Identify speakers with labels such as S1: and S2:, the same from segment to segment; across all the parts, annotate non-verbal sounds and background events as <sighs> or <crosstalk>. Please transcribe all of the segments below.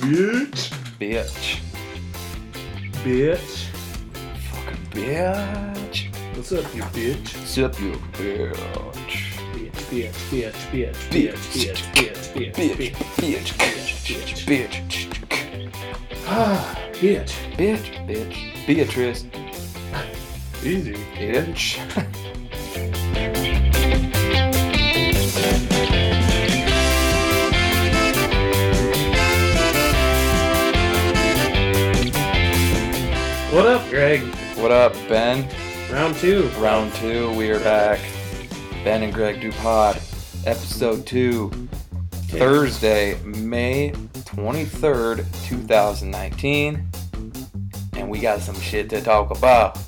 S1: Bitch.
S2: Bitch.
S1: Bitch.
S2: Fucking bitch.
S1: What's up, you bitch?
S2: Zip you bitch.
S1: Bitch, bitch, bitch, bitch, bitch, bitch, bitch,
S2: Bitch.
S1: bitch,
S2: Bitch. Bitch. Bitch.
S1: bitch. Ah, Bitch.
S2: Bitch. Bitch. Beatrice.
S1: Easy.
S2: Bitch. <laughs>
S1: What up, Greg?
S2: What up, Ben?
S1: Round two.
S2: Round two. We are back. Ben and Greg Dupod. Episode two. Thursday, May 23rd, 2019. And we got some shit to talk about.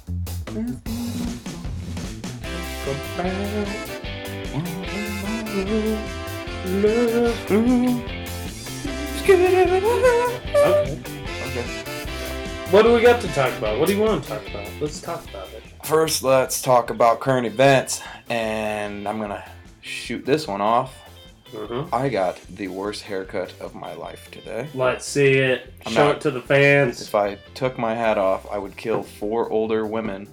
S1: Love.
S2: Mm-hmm.
S1: Okay.
S2: Okay.
S1: What do we got to talk about? What do you want to talk about? Let's talk about it.
S2: First, let's talk about current events. And I'm going to shoot this one off.
S1: Uh-huh.
S2: I got the worst haircut of my life today.
S1: Let's see it.
S2: I'm
S1: Show
S2: out.
S1: it to the fans.
S2: If I took my hat off, I would kill four older women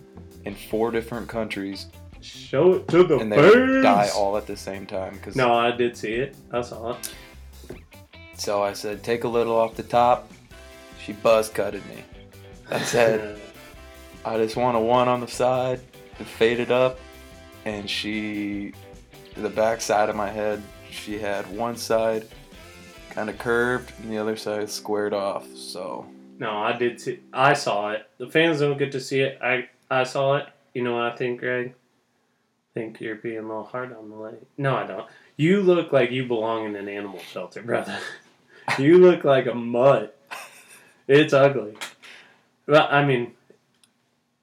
S2: in four different countries
S1: Show it to the
S2: and they would
S1: fans.
S2: die all at the same time. 'cause-
S1: Oh, No, I did see it. I saw it.
S2: So I said, take a little off the top. She buzz cutted me. I said, I just want a one on the side and fade it up. And she, the back side of my head, she had one side kind of curved and the other side squared off. So
S1: No, I did see. I saw it. The fans don't get to see it. I I saw it. You know what I think, Greg? I think you're being a little hard on the lady. No, I don't. You look like you belong in an animal shelter, brother. <laughs> you look like a mutt. It's ugly. But I mean,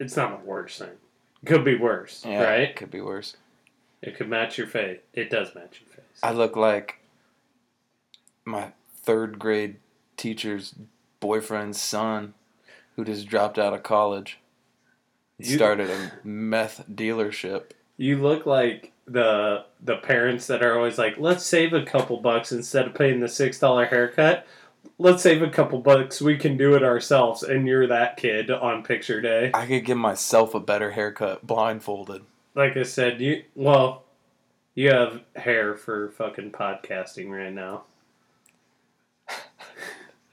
S1: it's not the worst thing. It could be worse,
S2: yeah,
S1: right?
S2: could be worse.
S1: It could match your face. It does match your face.
S2: I look like my third grade teacher's boyfriend's son who just dropped out of college. He
S1: You-
S2: started a meth dealership.
S1: You look like the the parents that are always like, let's save a couple bucks instead of paying the six dollar haircut. Let's save a couple bucks. We can do it ourselves. And you're that kid on picture day.
S2: I could give myself a better haircut blindfolded.
S1: Like I said, you well, you have hair for fucking podcasting right now.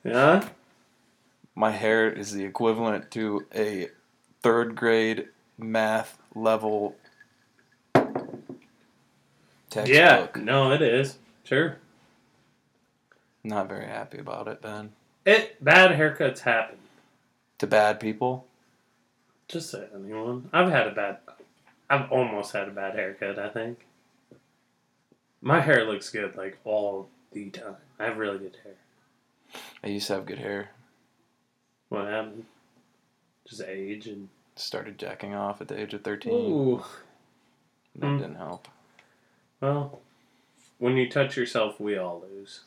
S1: yeah,
S2: My hair is the equivalent to a third grade math level
S1: yeah.
S2: textbook.
S1: No, it is sure.
S2: Not very happy about it, Ben.
S1: It bad haircuts happen.
S2: To bad people.
S1: Just to anyone. I've had a bad. I've almost had a bad haircut. I think. My hair looks good like all the time. I have really good hair.
S2: I used to have good hair.
S1: What happened? Just age and.
S2: Started jacking off at the age of 13.
S1: Ooh.
S2: That
S1: Mm.
S2: didn't <laughs> help.
S1: Well, when you touch yourself, we all lose.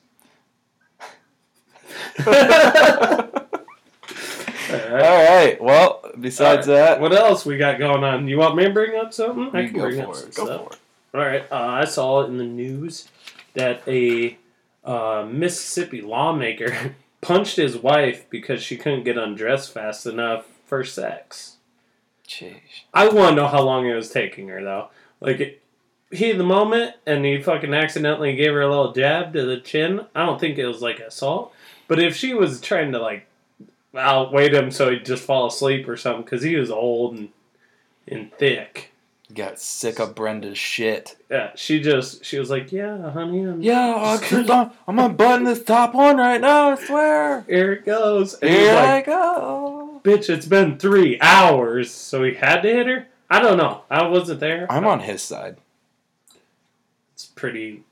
S1: All right.
S2: All right. Well, <laughs> besides
S1: All right.
S2: that,
S1: what else we got going on? You want me to bring up something? I
S2: you
S1: can
S2: go
S1: bring up
S2: for
S1: some
S2: it. Go
S1: stuff.
S2: for it.
S1: All right. Uh, I saw in the news that a uh, Mississippi lawmaker <laughs> punched his wife because she couldn't get undressed fast enough for sex.
S2: Jeez.
S1: I want to know how long it was taking her, though. Like, it, he the moment and he fucking accidentally gave her a little jab to the chin. I don't think it was like assault, but if she was trying to, like, outwait him so he'd just fall asleep or something, because he was old and, and thick.
S2: Got sick of Brenda's shit.
S1: Yeah, she just she was like, "Yeah, honey, I'm
S2: Yeah, I'll keep on, I'm unbuttoning this top one right now, I swear.
S1: here it goes." And he's
S2: Here I
S1: like, "Oh."
S2: go.
S1: "Bitch, it's been three hours, so he had to hit her." I don't know. I wasn't there.
S2: I'm on his side.
S1: It's pretty,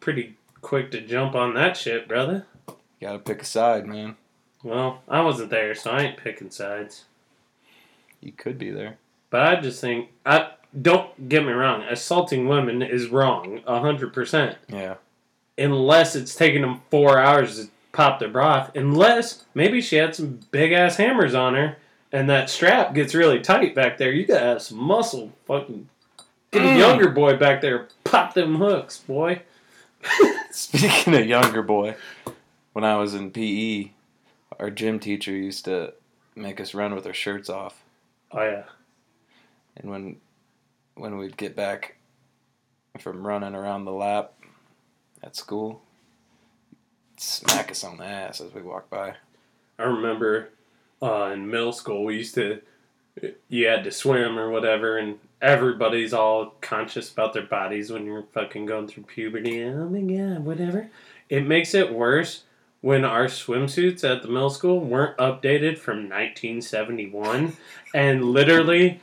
S1: pretty quick to jump on that shit, brother.
S2: Gotta pick a side, man.
S1: Well, I wasn't there, so I ain't picking sides.
S2: You could be there.
S1: But I just think I don't get me wrong. Assaulting women is wrong, hundred percent.
S2: Yeah.
S1: unless it's taking them four hours to pop their bra off. Unless maybe she had some big ass hammers on her and that strap gets really tight back there. You gotta have some muscle. Fucking get a
S2: Mm.
S1: younger boy back there, pop them hooks, boy.
S2: Speaking of younger boy, when I was in PE, Our gym teacher used to make us run with our shirts off,
S1: Oh yeah.
S2: and when when we'd get back from running around the lap at school, smack us on the ass as we walked by.
S1: I remember uh, in middle school we used to you had to swim or whatever, and everybody's all conscious about their bodies when you're fucking going through puberty. Oh my god, whatever. It makes it worse when our swimsuits at the middle school weren't updated from 1971, and literally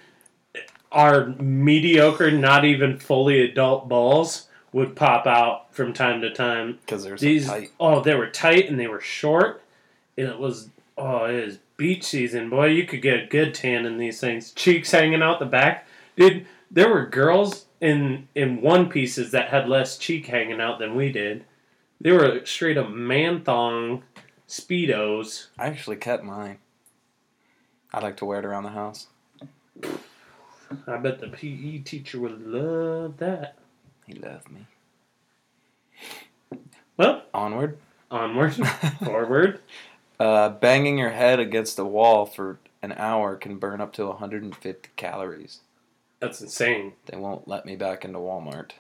S1: our mediocre, not even fully adult balls would pop out from time to time
S2: Because there's
S1: these
S2: a tight.
S1: oh they were tight and they were short and it was oh it was beach season boy you could get a good tan in these things cheeks hanging out the back dude there were girls in in one pieces that had less cheek hanging out than we did they were straight up man thong speedos
S2: I actually kept mine. I like to wear it around the house.
S1: i bet the pe teacher would love that
S2: He loved me.
S1: well
S2: Onward.
S1: onward forward
S2: Uh, banging your head against the wall for an hour can burn up to 150 calories.
S1: that's insane
S2: They won't let me back into Walmart.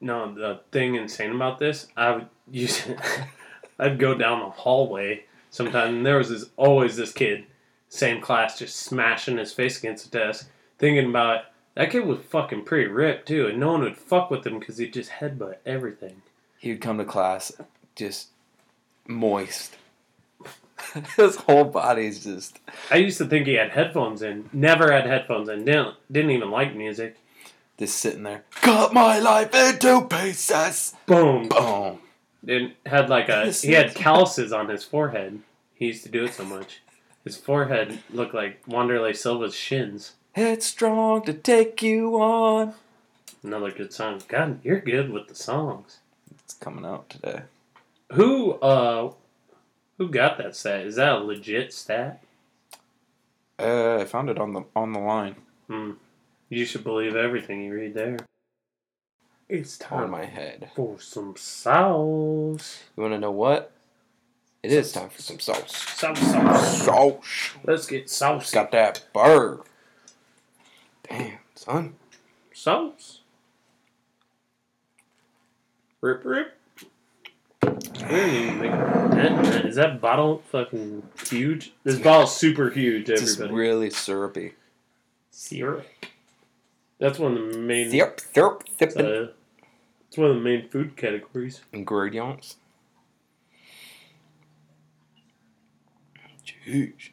S1: No, the thing insane about this, I would use <laughs> I'd go down the hallway sometimes, and there was this, always this kid, same class, just smashing his face against the desk, thinking about it. That kid was fucking pretty ripped, too, and no one would fuck with him because he'd just headbutt everything.
S2: He would come to class just moist. <laughs> His whole body's just.
S1: I used to think he had headphones in, never had headphones in, didn't, didn't even like music.
S2: Just sitting there. Cut my life into pieces!
S1: Boom.
S2: Boom.
S1: And had like a, he had calluses on his forehead. He used to do it so much. His forehead looked like Wanderlei Silva's shins.
S2: It's strong to take you on.
S1: Another good song. God, you're good with the songs.
S2: It's coming out today.
S1: Who uh who got that stat? Is that a legit stat?
S2: Uh, I found it on the on the line.
S1: Hmm. You should believe everything you read there. It's
S2: On
S1: time
S2: my head.
S1: for some sauce.
S2: You want to know what? It is time for some sauce.
S1: Sauce sauce.
S2: Sauce.
S1: Let's get sauce.
S2: Got that bird. Damn, son.
S1: Sauce. Rip rip. We didn't even make that, is that bottle fucking huge? This bottle's super huge,
S2: It's just
S1: everybody.
S2: really syrupy.
S1: Syrup. That's one of the main.
S2: Syrup, syrup, syrup.
S1: Uh, it's one of the main food categories.
S2: Ingredients. Jeez.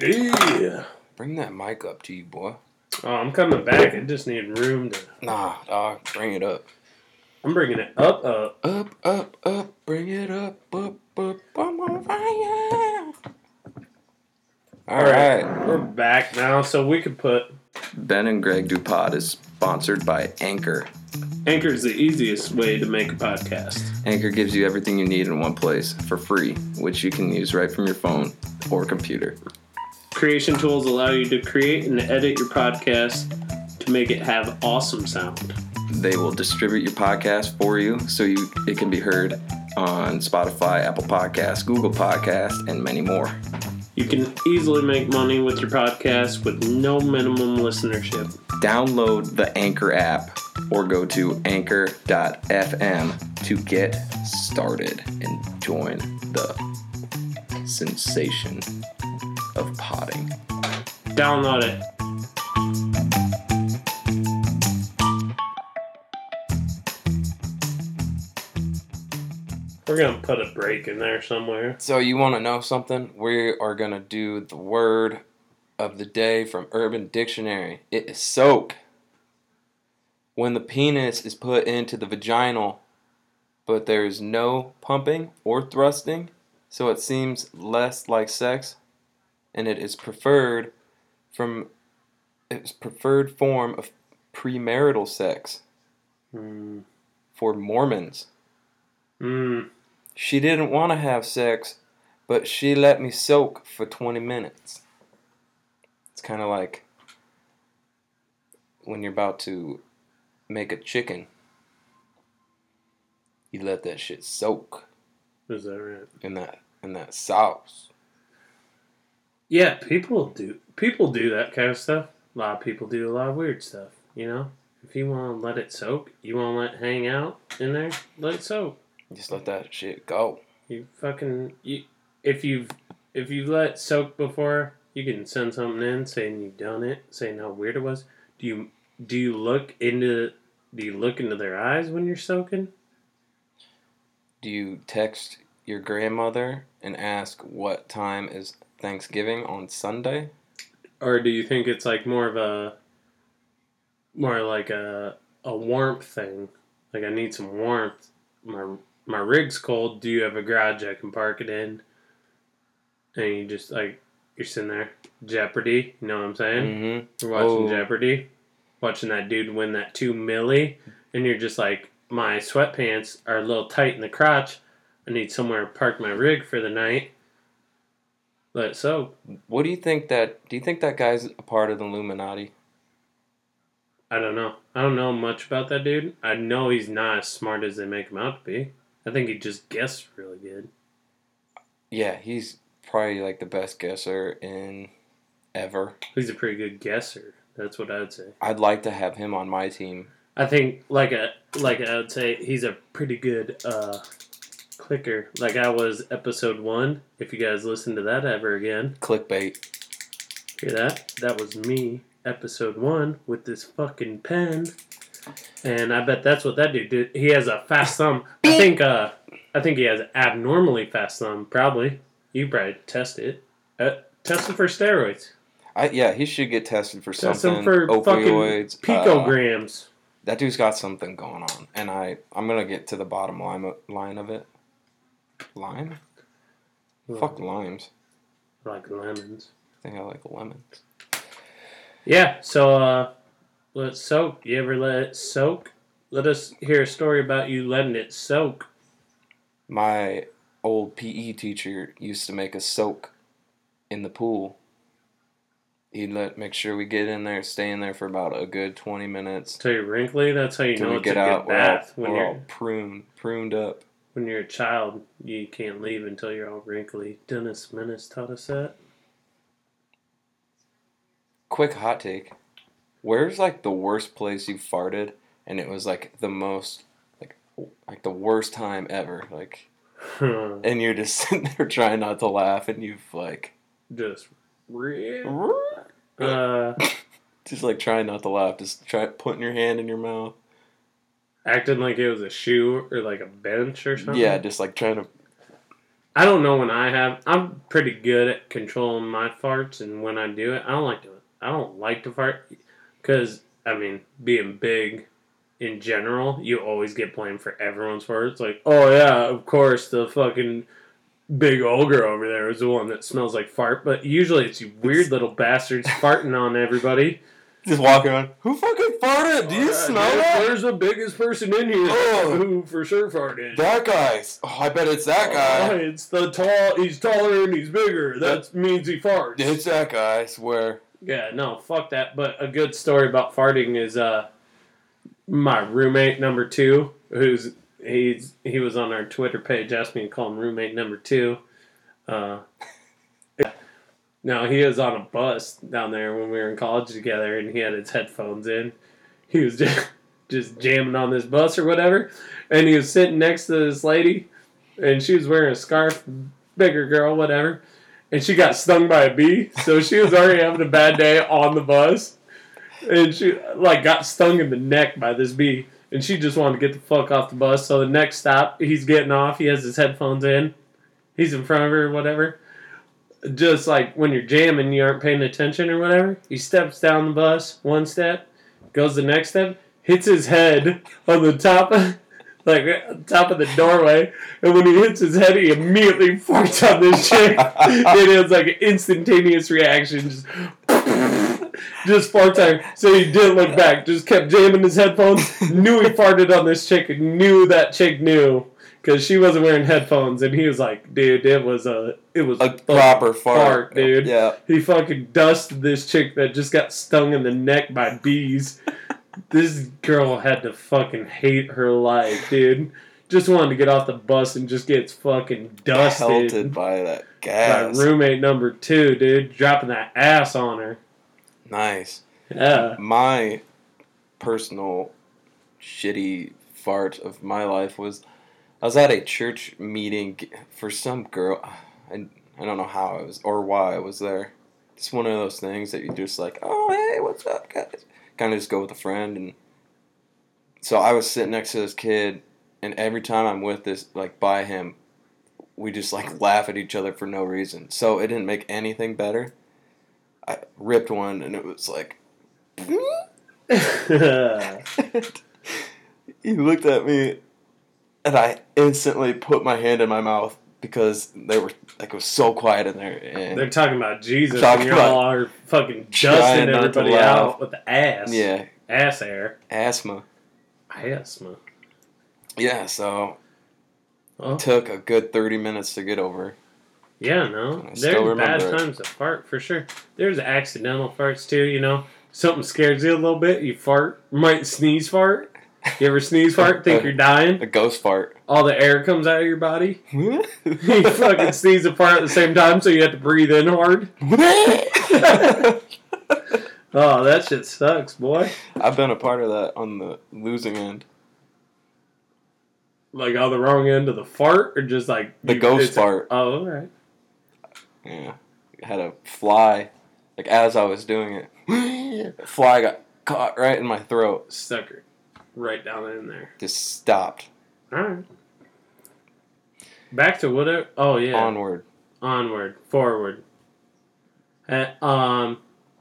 S1: Yeah.
S2: Bring that mic up to you, boy.
S1: Oh, I'm coming back. I just need room to.
S2: Nah, dog. Bring it up.
S1: I'm bringing it up. Uh,
S2: Up, up, up. Bring it up, up, up. I'm on fire. All
S1: right.
S2: right.
S1: we're back now, so we could put.
S2: Ben and Greg Dupod is sponsored by Anchor.
S1: Anchor is the easiest way to make a podcast.
S2: Anchor gives you everything you need in one place for free, which you can use right from your phone or computer.
S1: Creation tools allow you to create and edit your podcast to make it have awesome sound.
S2: They will distribute your podcast for you so you it can be heard on Spotify, Apple Podcasts, Google Podcasts, and many more.
S1: You can easily make money with your podcast with no minimum listenership.
S2: Download the Anchor app or go to anchor.fm to get started and join the sensation of potting.
S1: Download it. We're gonna put a break in there somewhere.
S2: So you want to know something? We are gonna do the word of the day from Urban Dictionary. It is soak. When the penis is put into the vaginal, but there is no pumping or thrusting, so it seems less like sex, and it is preferred from its preferred form of premarital sex
S1: Mm.
S2: for Mormons.
S1: Mm.
S2: She didn't want to have sex, but she let me soak for 20 minutes. It's kind of like when you're about to make a chicken, you let that shit soak
S1: Is that right?
S2: in that and that sauce.
S1: Yeah, people do people do that kind of stuff. A lot of people do a lot of weird stuff, you know? If you wanna let it soak, you wanna let it hang out in there, let it soak.
S2: Just let that shit go.
S1: You fucking you if you've if you've let soak before, you can send something in saying you've done it, saying how weird it was. Do you do you look into do you look into their eyes when you're soaking?
S2: Do you text your grandmother and ask what time is Thanksgiving on Sunday?
S1: Or do you think it's like more of a more like a a warmth thing? Like I need some warmth. My my rig's cold. Do you have a garage I can park it in? And you just like you're sitting there Jeopardy. You know what I'm saying?
S2: Mm-hmm.
S1: You're watching
S2: Oh.
S1: Jeopardy, watching that dude win that two milli, and you're just like, my sweatpants are a little tight in the crotch. I need somewhere to park my rig for the night. Let it soak.
S2: What do you think that? Do you think that guy's a part of the Illuminati?
S1: I don't know. I don't know much about that dude. I know he's not as smart as they make him out to be. I think he just guessed really good.
S2: Yeah, he's probably like the best guesser in ever.
S1: He's a pretty good guesser. That's what I would say.
S2: I'd like to have him on my team.
S1: I think like a like I would say he's a pretty good uh clicker. Like I was episode one. If you guys listen to that ever again,
S2: Clickbait.
S1: hear that? That was me, episode one, with this fucking pen. And I bet that's what that dude did. He has a fast thumb. I think uh I think he has abnormally fast thumb, probably. You probably test it. Uh, test him for steroids.
S2: I, yeah, he should get tested for
S1: Test
S2: something.
S1: him for
S2: opioids.
S1: fucking
S2: uh,
S1: picograms.
S2: that dude's got something going on, and I I'm gonna get to the bottom line line of it. Lime? Fuck limes.
S1: Like lemons.
S2: I think I like lemons.
S1: Yeah, so uh, let it soak. You ever let it soak? Let us hear a story about you letting it soak.
S2: My old PE teacher used to make us soak in the pool. He'd let make sure we get in there, stay in there for about a good twenty minutes.
S1: So you're wrinkly. That's how you
S2: Till
S1: know
S2: we
S1: it's a
S2: get
S1: good
S2: out, we're all,
S1: bath. when
S2: we're
S1: you're
S2: all pruned, pruned up.
S1: when you're a child, you can't leave until you're all wrinkly. Dennis Menace taught us that. <laughs>
S2: Quick hot take: Where's like the worst place you farted, and it was like the most, like, like the worst time ever, like, and you're just <laughs> sitting there trying not to laugh, and you've like,
S1: Just real. Uh,
S2: just like trying not to laugh, just try putting your hand in your mouth.
S1: acting like it was a shoe or like a bench or something.
S2: Yeah, just like trying to.
S1: I don't know when I have. I'm pretty good at controlling my farts, and when I do it, I don't like to. I don't like to fart because I mean, being big in general, you always get blamed for everyone's farts. Like, oh yeah, of course, the fucking big ogre over there is the one that smells like fart. But usually, it's you weird little bastards farting on everybody.
S2: Just walk around. Who fucking farted? Do you
S1: Oh, Yeah,
S2: smell
S1: dude,
S2: that?
S1: There's the biggest person in here
S2: Oh.
S1: who for sure farted.
S2: That guy's. Oh, I bet it's that
S1: Oh,
S2: guy.
S1: it's the tall. He's taller and he's bigger. That means he farts.
S2: It's that guy. I swear.
S1: Yeah, no, fuck that. But a good story about farting is uh, my roommate number two, who's he's he was on our Twitter page, asked me to call him roommate number two. Uh, <laughs> no, he was on a bus down there when we were in college together, and he had his headphones in. He was <laughs> just just jamming on this bus or whatever, and he was sitting next to this lady, and she was wearing a scarf, bigger girl, whatever and she got stung by a bee, so she was already having a bad day on the bus, and she like got stung in the neck by this bee, and she just wanted to get the fuck off the bus. So the next stop, he's getting off, he has his headphones in, he's in front of her, whatever. Just like when you're jamming, you aren't paying attention or whatever. He steps down the bus, one step, goes the next step, hits his head on the top, of, <laughs> like top of the doorway, and when he hits his head, he immediately farts on this chick. it is like an instantaneous reaction, just just <laughs> farts on her. So he didn't look back, just kept jamming his headphones.
S2: <laughs>
S1: knew he farted on this chick, and knew that chick knew. Cause she wasn't wearing headphones, and he was like, "Dude, it was a, it was
S2: A
S1: fucking
S2: proper fart.
S1: dude."
S2: Yeah.
S1: He fucking dusted this chick that just got stung in the neck by bees. this girl had to fucking hate her life, dude. just wanted to get off the bus and just gets fucking
S2: pelted
S1: dusted
S2: by that
S1: by
S2: gas.
S1: roommate number two, dude, dropping that ass on her.
S2: nice.
S1: Yeah.
S2: My personal shitty fart of my life was I was at a church meeting for some girl. I, I don't know how I was or why I was there. It's one of those things that you just like, oh, hey, what's up, guys? Kind of just go with a friend. And so I was sitting next to this kid, and every time I'm with this, like by him, we just like laugh at each other for no reason. So it didn't make anything better. I ripped one, and it was like, <laughs> he looked at me and I instantly put my hand in my mouth because they were like it was so quiet in there and
S1: They're talking about Jesus
S2: Talking
S1: and you all are fucking
S2: Trying
S1: dusting
S2: not to
S1: everybody
S2: laugh.
S1: out with the ass.
S2: yeah,
S1: Ass air.
S2: asthma.
S1: Asthma.
S2: Yeah, so
S1: Oh,
S2: it took a good 30 minutes to get over.
S1: yeah, no.
S2: I still
S1: There's bad
S2: remember it.
S1: times to fart for sure. There's accidental farts too, you know. Something scares you a little bit, you fart. Might sneeze fart. You ever sneeze
S2: <laughs>
S1: fart, think you're dying?
S2: A ghost fart.
S1: All the air comes out of your body. <laughs> You fucking sneeze and fart at the same time, so you have to breathe in hard. Oh, that shit sucks, boy.
S2: <laughs> I've been a part of that on the losing end.
S1: Like on the wrong end of the fart, or just like
S2: The ghost
S1: it's-
S2: fart.
S1: Oh, all right.
S2: Yeah. Had a fly like as I was doing it. <laughs> fly got caught right in my throat.
S1: Stuck her right down in there.
S2: Just stopped.
S1: All right. Back to whatever. Oh yeah.
S2: Onward.
S1: Onward. Forward. Uh, um,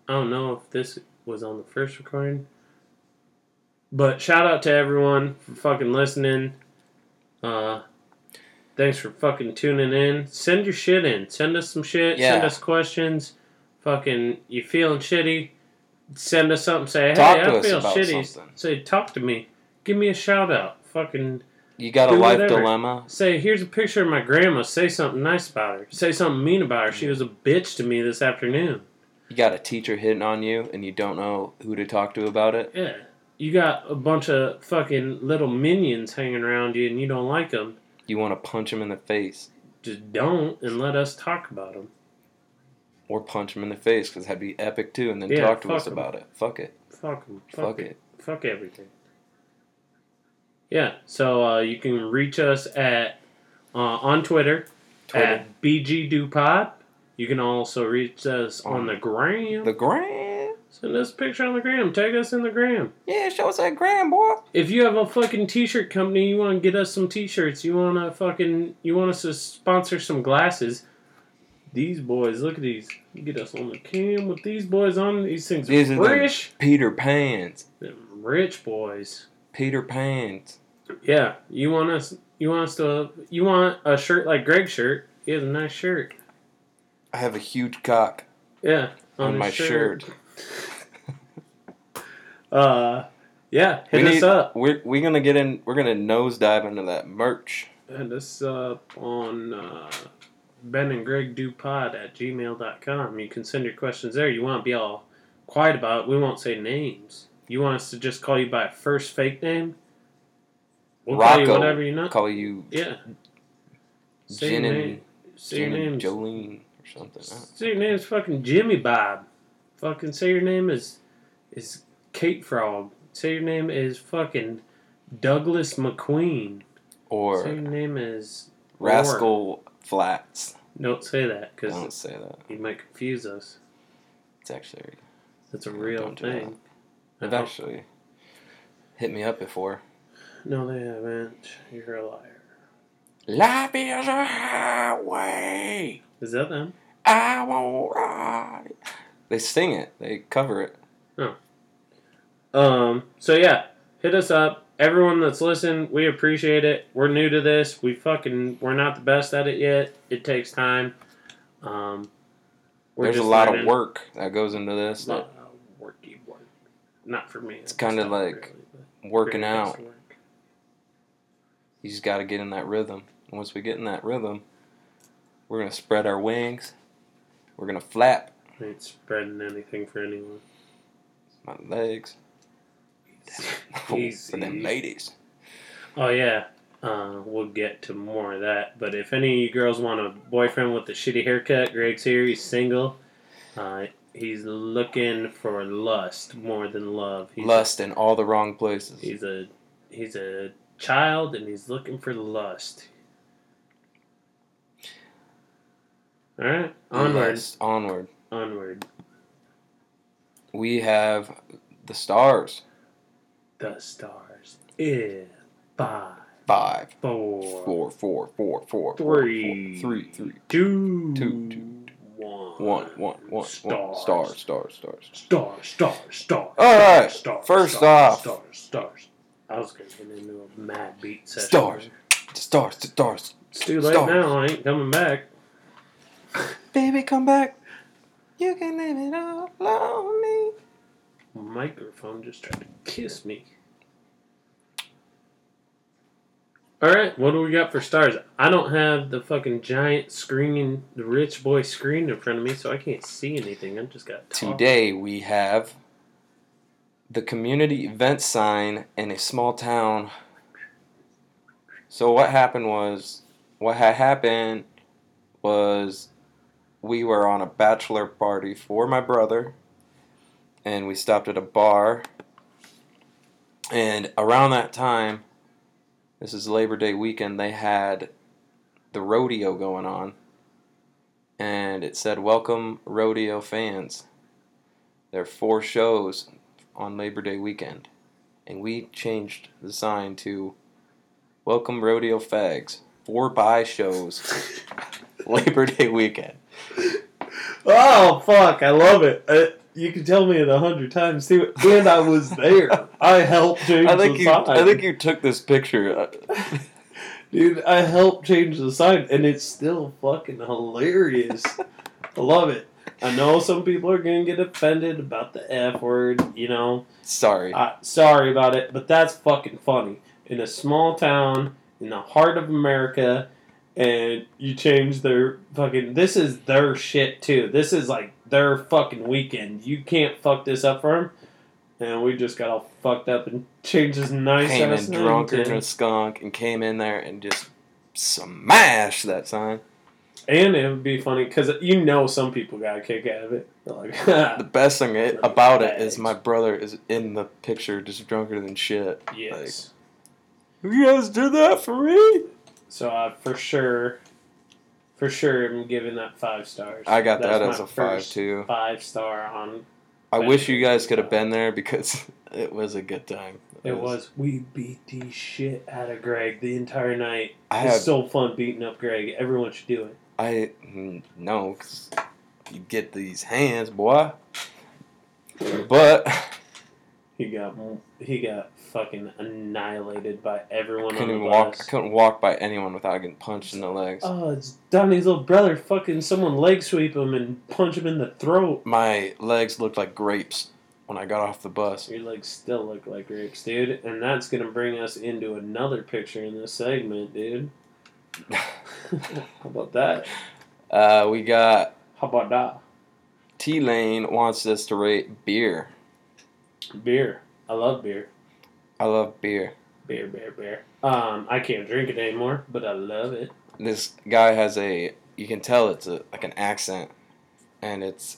S1: I don't know if this was on the first recording, but shout out to everyone for fucking listening. Uh, thanks for fucking tuning in. Send your shit in. Send us some shit. Send
S2: Yeah.
S1: us questions. Fucking, you feeling shitty? Send us something. Say, hey,
S2: Talk
S1: I
S2: to us
S1: feel
S2: about
S1: shitty.
S2: something.
S1: Say, talk to me. Give me a shout out. Fucking.
S2: You got a
S1: Do
S2: life
S1: whatever.
S2: dilemma.
S1: Say, here's a picture of my grandma. Say something nice about her. Say something mean about her. She was a bitch to me this afternoon.
S2: You got a teacher hitting on you, and you don't know who to talk to about it.
S1: Yeah. You got a bunch of fucking little minions hanging around you and you don't like them.
S2: You want to punch him in the face,
S1: Just don't and let us talk about them.
S2: or punch him in the face, because that'd be epic too. And then
S1: Yeah,
S2: talk to
S1: fuck
S2: us
S1: him.
S2: about it. Fuck it.
S1: Fuck 'em.
S2: Fuck,
S1: Fuck,
S2: it.
S1: it. Fuck everything. Yeah. So uh, you can reach us at uh, on Twitter,
S2: Twitter.
S1: at BGDupod. You can also reach us on,
S2: On
S1: the gram.
S2: The gram.
S1: Send us a picture on the gram. Tag us in the gram.
S2: Yeah, show us that gram, boy.
S1: If you have a fucking t-shirt company, you want to get us some t-shirts. You want to fucking you want us to sponsor some glasses. These boys, look at these. You get us on the cam with these boys on. These things
S2: These are
S1: are
S2: the-
S1: rich.
S2: Peter Pan's.
S1: Them rich boys.
S2: Peter Pan's.
S1: Yeah, you want us. You want us to. You want a shirt like Greg's shirt. He has a nice shirt.
S2: I have a huge cock
S1: Yeah,
S2: on,
S1: his
S2: my shirt.
S1: <laughs> Uh, yeah. Hit
S2: we
S1: us
S2: need-
S1: up.
S2: We're we're gonna get in. We're gonna nosedive into that merch.
S1: Hit us up on uh, Ben and Greg Dupod at gmail.com. You can send your questions there. You want to be all quiet about it. We won't say names. You want us to just call you by first fake name? We'll call you
S2: Rocco.
S1: whatever you know.
S2: Call you
S1: yeah. Say your
S2: Jen and
S1: name. Say your
S2: Jen and
S1: names.
S2: Jolene or something. I don't-
S1: Say your name's fucking Jimmy Bob. Fucking say your name is is Kate Frog. Say your name is fucking Douglas McQueen.
S2: Or
S1: Say your name is
S2: Rascal Flats.
S1: Don't say that because
S2: Don't say that.
S1: you might confuse us.
S2: It's actually
S1: That's a
S2: Yeah,
S1: real
S2: don't do
S1: thing.
S2: they've
S1: No,
S2: actually hit me up before.
S1: no, they haven't. You're a liar.
S2: Life is a highway.
S1: Is that them?
S2: I won't ride. They sing it. They cover it.
S1: Um. So yeah, hit us up. Everyone that's listened, we appreciate it. We're new to this. We fucking we're not the best at it yet. It takes time. Um. we're
S2: There's a
S1: just
S2: lot
S1: learning.
S2: of work that goes into this.
S1: Lot of worky work. Not for me. It's
S2: kinda like working out. You just got to get in that rhythm. And once we get in that rhythm, we're gonna spread our wings. We're gonna flap
S1: Ain't spreading anything for
S2: <laughs>
S1: anyone.
S2: my legs. <laughs> for
S1: Easy.
S2: them ladies.
S1: Oh yeah. Uh, we'll get to more of that. But if any of you girls want a boyfriend with a shitty haircut, Greg's here. He's single. Uh, he's looking for lust more than love. He's
S2: Lust in all the wrong places.
S1: He's a he's a child and he's looking for lust. All right, onward,
S2: Lust. Onward.
S1: onward.
S2: We have the stars.
S1: The stars in five,
S2: Five,
S1: four,
S2: four, four, four, four,
S1: Three.
S2: four, three, three,
S1: two,
S2: Two, two,
S1: one,
S2: one, one, one, one. Stars, stars, stars.
S1: Star, star, star.
S2: All
S1: star,
S2: right, first off-
S1: Stars, stars. I was going to get into a mad beat session.
S2: Stars. Stars, stars.
S1: It's too late
S2: Stars.
S1: now. I ain't coming back.
S2: Baby, come back. You can leave it all on me.
S1: Microphone just tried to kiss me. All right, what do we got for stars? I don't have the fucking giant screen, the rich boy screen in front of me, so I can't see anything. I've just got top.
S2: Today we have the community event sign in a small town. So what happened was what had happened was we were on a bachelor party for my brother and we stopped at a bar and around that time this is Labor Day weekend they had the rodeo going on and it said welcome rodeo fans there are four shows on Labor Day weekend, and we changed the sign to "Welcome Rodeo Fags." Four by shows <laughs>
S1: <laughs>
S2: Labor Day weekend.
S1: Oh fuck! I love it. Uh, you can tell me it a hundred times too. And I was there. I helped change
S2: <laughs> I think
S1: the
S2: you.
S1: sign.
S2: I think you took this picture. Uh,
S1: dude, I helped change the sign, and it's still fucking
S2: <laughs>
S1: hilarious. I love it. I know some people are gonna get offended about the f word. You know,
S2: Sorry,
S1: I, sorry about it, but that's fucking funny. In a small town in the heart of America, and you change their fucking. This is their shit too. This is like their fucking weekend. You can't fuck this up for them. And we just got all fucked up and changed his nice
S2: came
S1: ass
S2: in
S1: name
S2: drunker
S1: to-
S2: than a skunk and came in there and just smashed that sign.
S1: And it would be funny because you know some people got a kick out of it. They're
S2: The
S1: like, <laughs>
S2: best thing it, about it is my brother is in the picture, just drunker than shit.
S1: yes.
S2: You guys did that for me.
S1: so I for sure, for sure, I'm giving that five stars.
S2: I got
S1: That's
S2: that as
S1: my
S2: a five
S1: first
S2: too.
S1: Five star on
S2: I
S1: But-
S2: wish you guys could have been there because <laughs> it was a good time.
S1: it was. We beat the shit out of Greg the entire night.
S2: I
S1: it's
S2: have.
S1: so fun beating up Greg. Everyone should do it.
S2: I mm, no, 'cause you get these hands, boy. But <laughs>
S1: He got he got fucking annihilated by
S2: I
S1: everyone on
S2: couldn't
S1: the
S2: even walk. I
S1: bus.
S2: couldn't walk by anyone without getting punched in the legs.
S1: Oh, it's Donnie's little brother. Fucking someone leg sweep him and punch him in the throat.
S2: My legs looked like grapes when I got off the bus. <laughs>
S1: Your legs still look like rapes, dude. And that's going to bring us into another picture in this segment, dude. <laughs> How about that?
S2: Uh, we got
S1: How about that?
S2: T Lane wants us to rate beer.
S1: Beer. I love beer.
S2: I love beer.
S1: Beer, beer, beer. Um, I can't drink it anymore, but I love it.
S2: this guy has a you can tell it's a, like an accent and it's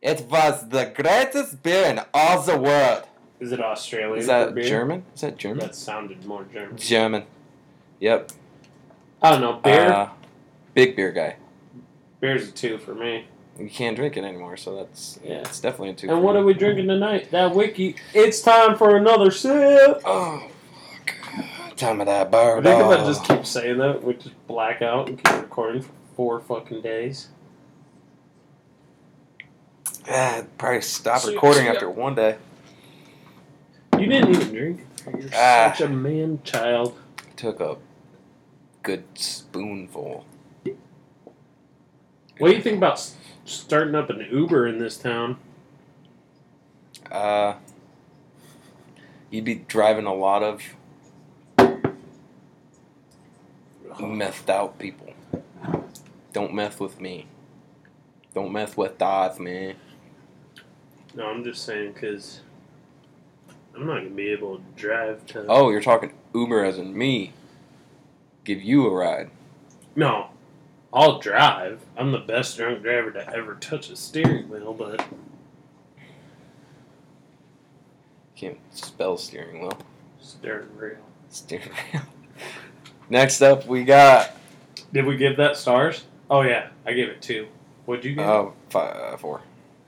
S2: it was the greatest beer in all the world
S1: Is it Australian?
S2: is
S1: for
S2: that
S1: beer?
S2: german is that german
S1: That sounded more German.
S2: german yep
S1: I don't know. Beer.
S2: uh, big beer guy
S1: Beer's a two for me.
S2: you can't drink it anymore so that's
S1: Yeah.
S2: it's definitely a two
S1: And
S2: for
S1: what
S2: me.
S1: are we drinking tonight? That wiki. It's time for another sip.
S2: oh fuck. time of that
S1: I
S2: bird
S1: think if I
S2: oh.
S1: just keep saying that, we just black out and keep recording for four fucking days.
S2: Ah, probably stop
S1: See-
S2: recording
S1: see-
S2: after one day
S1: You didn't even drink. You're
S2: Ah.
S1: such a man child.
S2: took a good spoonful
S1: What do you think about s- starting up an Uber in this town?
S2: Uh, you'd be driving a lot of methed out people. Don't meth with me. Don't meth with us, man.
S1: No, I'm just saying because I'm not gonna be able to drive to.
S2: Oh, you're talking Uber as in me. give you a ride.
S1: No, I'll drive. I'm the best drunk driver to ever touch a steering wheel, but
S2: Can't spell steering wheel.
S1: steering wheel.
S2: Steering wheel. <laughs> Next up, we got
S1: Did we give that stars? Oh yeah, I gave it two. What'd you give? it?
S2: oh, fi uh, four.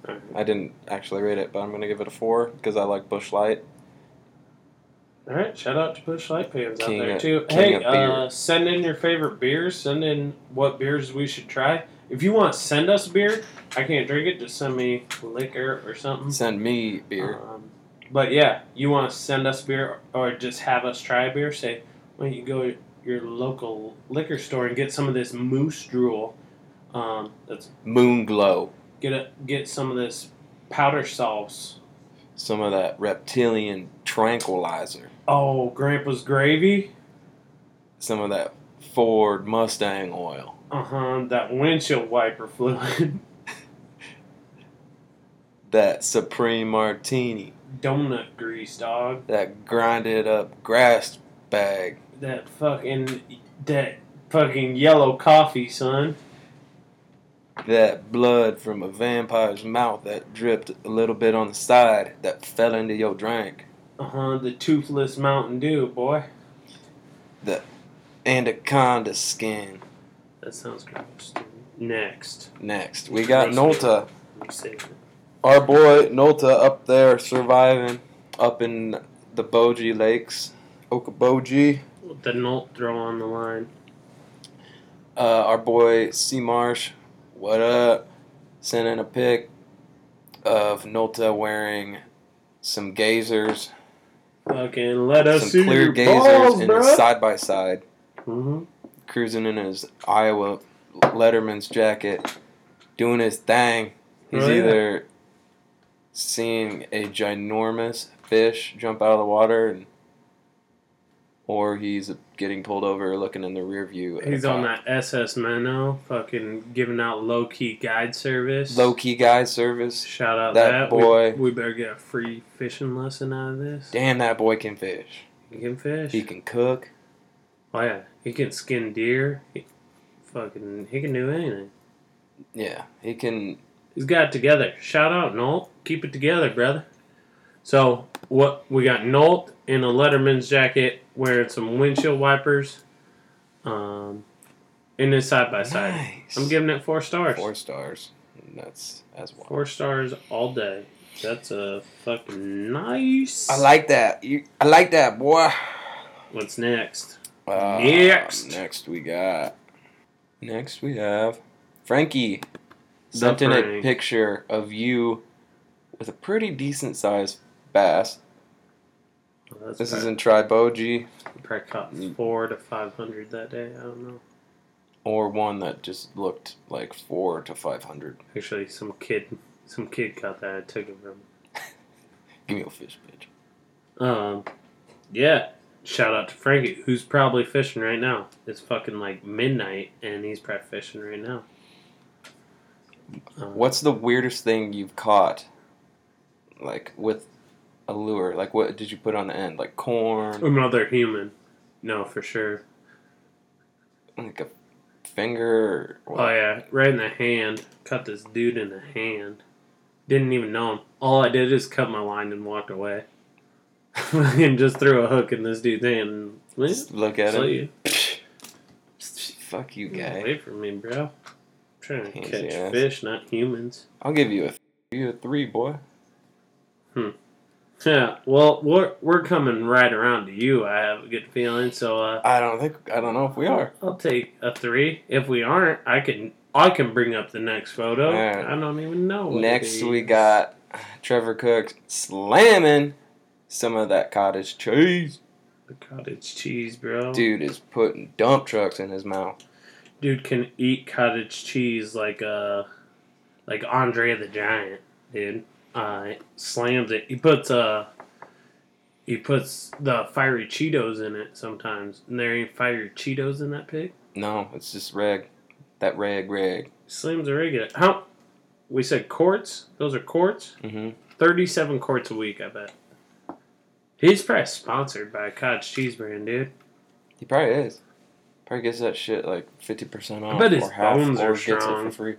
S1: Alright.
S2: I didn't actually rate it, but I'm gonna give it a four because I like Bush Light.
S1: All right, shout out to Bush Light fans out
S2: King
S1: there
S2: of-
S1: too.
S2: king
S1: hey,
S2: of beer.
S1: uh, send in your favorite beers. Send in what beers we should try. If you want, to send us beer. I can't drink it. Just send me liquor or something.
S2: Send me beer.
S1: Um, but yeah, you want to send us beer or just have us try beer? Say, why don't you go to your local liquor store and get some of this Moose Drool? Um, that's
S2: Moon Glow.
S1: get a, get some of this powder sauce.
S2: Some of that reptilian tranquilizer.
S1: Oh, Grandpa's gravy.
S2: Some of that Ford Mustang oil.
S1: Uh huh. That windshield wiper fluid. <laughs>
S2: That Supreme Martini.
S1: donut grease, dog.
S2: That grinded up grass bag.
S1: That fucking that fucking yellow coffee, son.
S2: That blood from a vampire's mouth that dripped a little bit on the side that fell into your drink.
S1: Uh huh. The toothless Mountain Dew, boy.
S2: Anaconda skin.
S1: That sounds gross. dude. Next,
S2: Next, we got
S1: Roast beer.
S2: Nolta.
S1: let me see. it.
S2: our boy Nolta up there surviving up in the Boji Lakes, Okaboji.
S1: The Nolt throw on the line.
S2: Uh, our boy Sea Marsh, what up? Sent in a pic of Nolta wearing some gazers,
S1: Fucking let us see
S2: some clear
S1: your
S2: gazers,
S1: balls,
S2: and
S1: bruh.
S2: side by side,
S1: Mhm.
S2: cruising in his Iowa Letterman's jacket, doing his thing. He's
S1: Oh, yeah.
S2: either seeing a ginormous fish jump out of the water, and, or he's getting pulled over, looking in the rear view. at a
S1: He's on
S2: cop.
S1: that SS Menno, fucking giving out low key guide service.
S2: low key guy service.
S1: Shout out
S2: That
S1: that, We-
S2: boy.
S1: We, better get a free fishing lesson out of this.
S2: Damn, that boy can fish.
S1: You can fish.
S2: He can cook.
S1: Oh yeah, he can skin deer. He, fucking, he can do anything.
S2: Yeah, he can.
S1: He's got it together. Shout out Nolt. Keep it together, brother. So what we got Nolt in a Letterman's jacket, wearing some windshield wipers, um, in his side by side.
S2: Nice.
S1: I'm giving it four stars.
S2: four stars. And that's as well.
S1: Four stars all day. That's a fucking nice.
S2: I like that. You, I like that, boy.
S1: What's next?
S2: Uh,
S1: Next.
S2: Next we got. Next we have Frankie sent in a
S1: Frank.
S2: picture of you with a pretty decent sized bass.
S1: Well, that's
S2: This
S1: probably,
S2: is mm. in Triboji
S1: probably caught four to five hundred that day. I don't know.
S2: or one that just looked like four to five hundred.
S1: Actually, some kid, some kid caught that. I took it from. him.
S2: Give me a fish, bitch.
S1: Um, yeah. Shout out to Frankie, who's probably fishing right now. It's fucking like midnight, and he's probably fishing right now. Um,
S2: What's the weirdest thing you've caught, like with a lure? Like what did you put on the end? Like corn,
S1: Another human. No, for sure.
S2: like a finger. Or
S1: Oh, yeah. Right in the hand. Cut this dude in the hand. Didn't even know him. All I did is cut my line and walked away. <laughs> and just threw a hook in this dude's hand.
S2: Just look at
S1: See
S2: it.
S1: you.
S2: <laughs> Fuck you, guy.
S1: Wait for me, bro. I'm trying to
S2: Pansy
S1: catch
S2: ass.
S1: fish, not humans.
S2: I'll give you a, you a three, boy.
S1: Yeah, well, we're we're coming right around to you. I have a good feeling. So uh,
S2: I don't think I don't know if we are.
S1: I'll take a three. If we aren't, I can I can bring up the next photo.
S2: Alright.
S1: I don't even know. what it
S2: Next, we
S1: is.
S2: got Trevor Cook slamming some of that cottage cheese.
S1: the cottage cheese, bro. Dude.
S2: Dude is putting dump trucks in his mouth.
S1: can eat cottage cheese like uh like Andre the Giant, dude. Uh, slams it. He puts uh he puts the fiery Cheetos in it sometimes. And there ain't fiery Cheetos in that pig.
S2: No, it's just reg. That reg, reg.
S1: Slams are regular. How? We said quarts. Those are quarts.
S2: Mm-hmm.
S1: Thirty-seven quarts a week. I bet. He's probably sponsored by a cottage cheese brand, dude.
S2: He probably is. Probably gets that shit like fifty percent off.
S1: bet his
S2: or half,
S1: bones
S2: or
S1: are
S2: gets it
S1: strong.
S2: for free.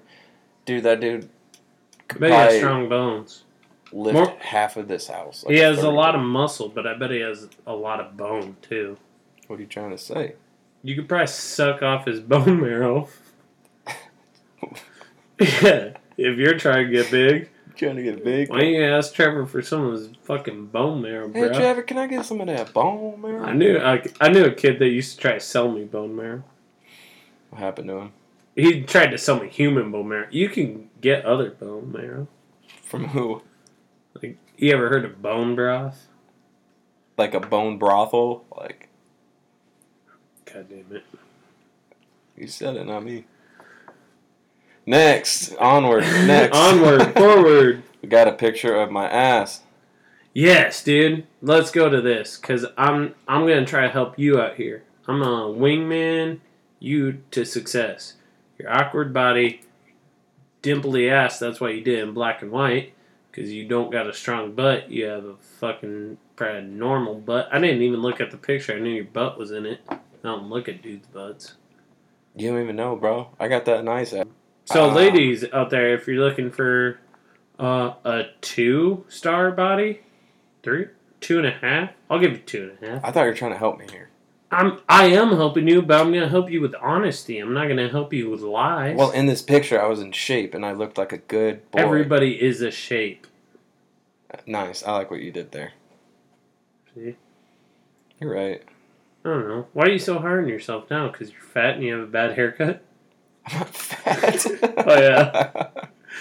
S2: Dude, that dude
S1: I
S2: could
S1: bet he has
S2: probably
S1: strong bones.
S2: lift
S1: More-
S2: half of this house. like
S1: He has a
S2: third.
S1: lot of muscle, but I bet he has a lot of bone too.
S2: What are you trying to say?
S1: You could probably suck off his <laughs> bone marrow. yeah, if you're trying to get big,
S2: trying to get big.
S1: why don't you ask Trevor for some of his fucking bone marrow,
S2: Hey
S1: bro?
S2: Trevor, can I get some of that bone marrow?
S1: I knew I, I knew a kid that used to try to sell me bone marrow.
S2: What happened to him?
S1: He tried to sell me human bone marrow. You can get other bone marrow.
S2: From who?
S1: Like you ever heard of bone broth?
S2: Like a bone brothel? Like
S1: God damn it.
S2: you said it, not me.
S1: <laughs>
S2: Next, onward, next,
S1: Onward,
S2: <laughs>
S1: forward.
S2: we got a picture of my ass.
S1: Yes, dude. Let's go to this because I'm I'm gonna try to help you out here. I'm a wingman you to success. Your awkward body, dimply ass. That's why you did in black and white because you don't got a strong butt. You have a fucking probably normal butt. I didn't even look at the picture. I knew your butt was in it. I don't look at dudes' butts.
S2: You don't even know, bro. I got that nice ass.
S1: So,
S2: Ah.
S1: ladies out there, if you're looking for uh, a two star body, three, two and a half, I'll give you two and a half.
S2: I thought you were trying to help me here.
S1: I'm I am helping you, but I'm gonna help you with honesty. I'm not gonna help you with lies.
S2: Well, in this picture, I was in shape and I looked like a good boy.
S1: everybody is a shape.
S2: Nice. I like what you did there.
S1: See?
S2: You're right. <laughs>
S1: I don't know. Why are you so hard on yourself now? Because you're fat and you have a bad haircut?
S2: I'm not fat.
S1: <laughs> Oh, yeah.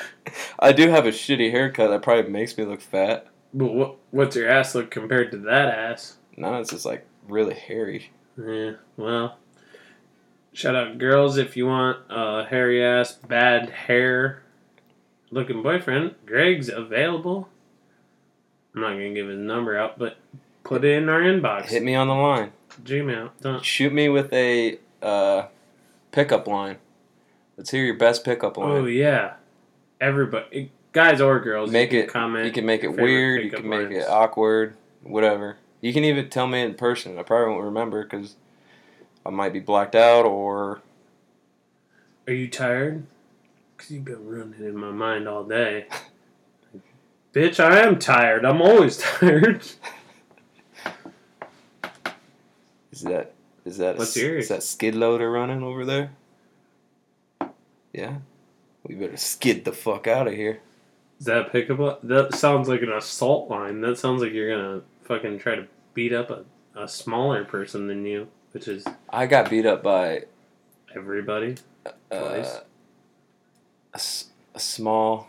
S2: <laughs> I do have a shitty haircut that probably makes me look fat.
S1: But what, what's your ass look compared to that ass?
S2: Now it's just like really hairy.
S1: Yeah, well. Shout out girls if you want a hairy ass, bad hair looking boyfriend. Greg's available. I'm not gonna give his number out, but put it in our inbox.
S2: Hit me on the line.
S1: Gmail. Don't
S2: Shoot me with a uh, pickup line. Let's hear your best pickup
S1: Oh
S2: line.
S1: yeah, everybody, guys or girls,
S2: make
S1: you
S2: it.
S1: can comment.
S2: you can make it
S1: favorite
S2: weird. You
S1: pickup
S2: can make
S1: lines.
S2: it awkward. Whatever. You can even tell me in person. I probably won't remember because I might be blacked out or
S1: Are you tired? Cause you've been running in my mind all
S2: <laughs>
S1: day. Bitch, I am tired. I'm always <laughs> tired.
S2: is that is that a
S1: Let's
S2: s-
S1: hear it.
S2: is that skid loader running over there? Yeah. We better skid the fuck out of here.
S1: Is that a pickup? li- That sounds like an assault line. That sounds like you're gonna fucking try to beat up a, a smaller person than you, which is
S2: I got beat up by
S1: everybody. Twice.
S2: uh, a, s- a small.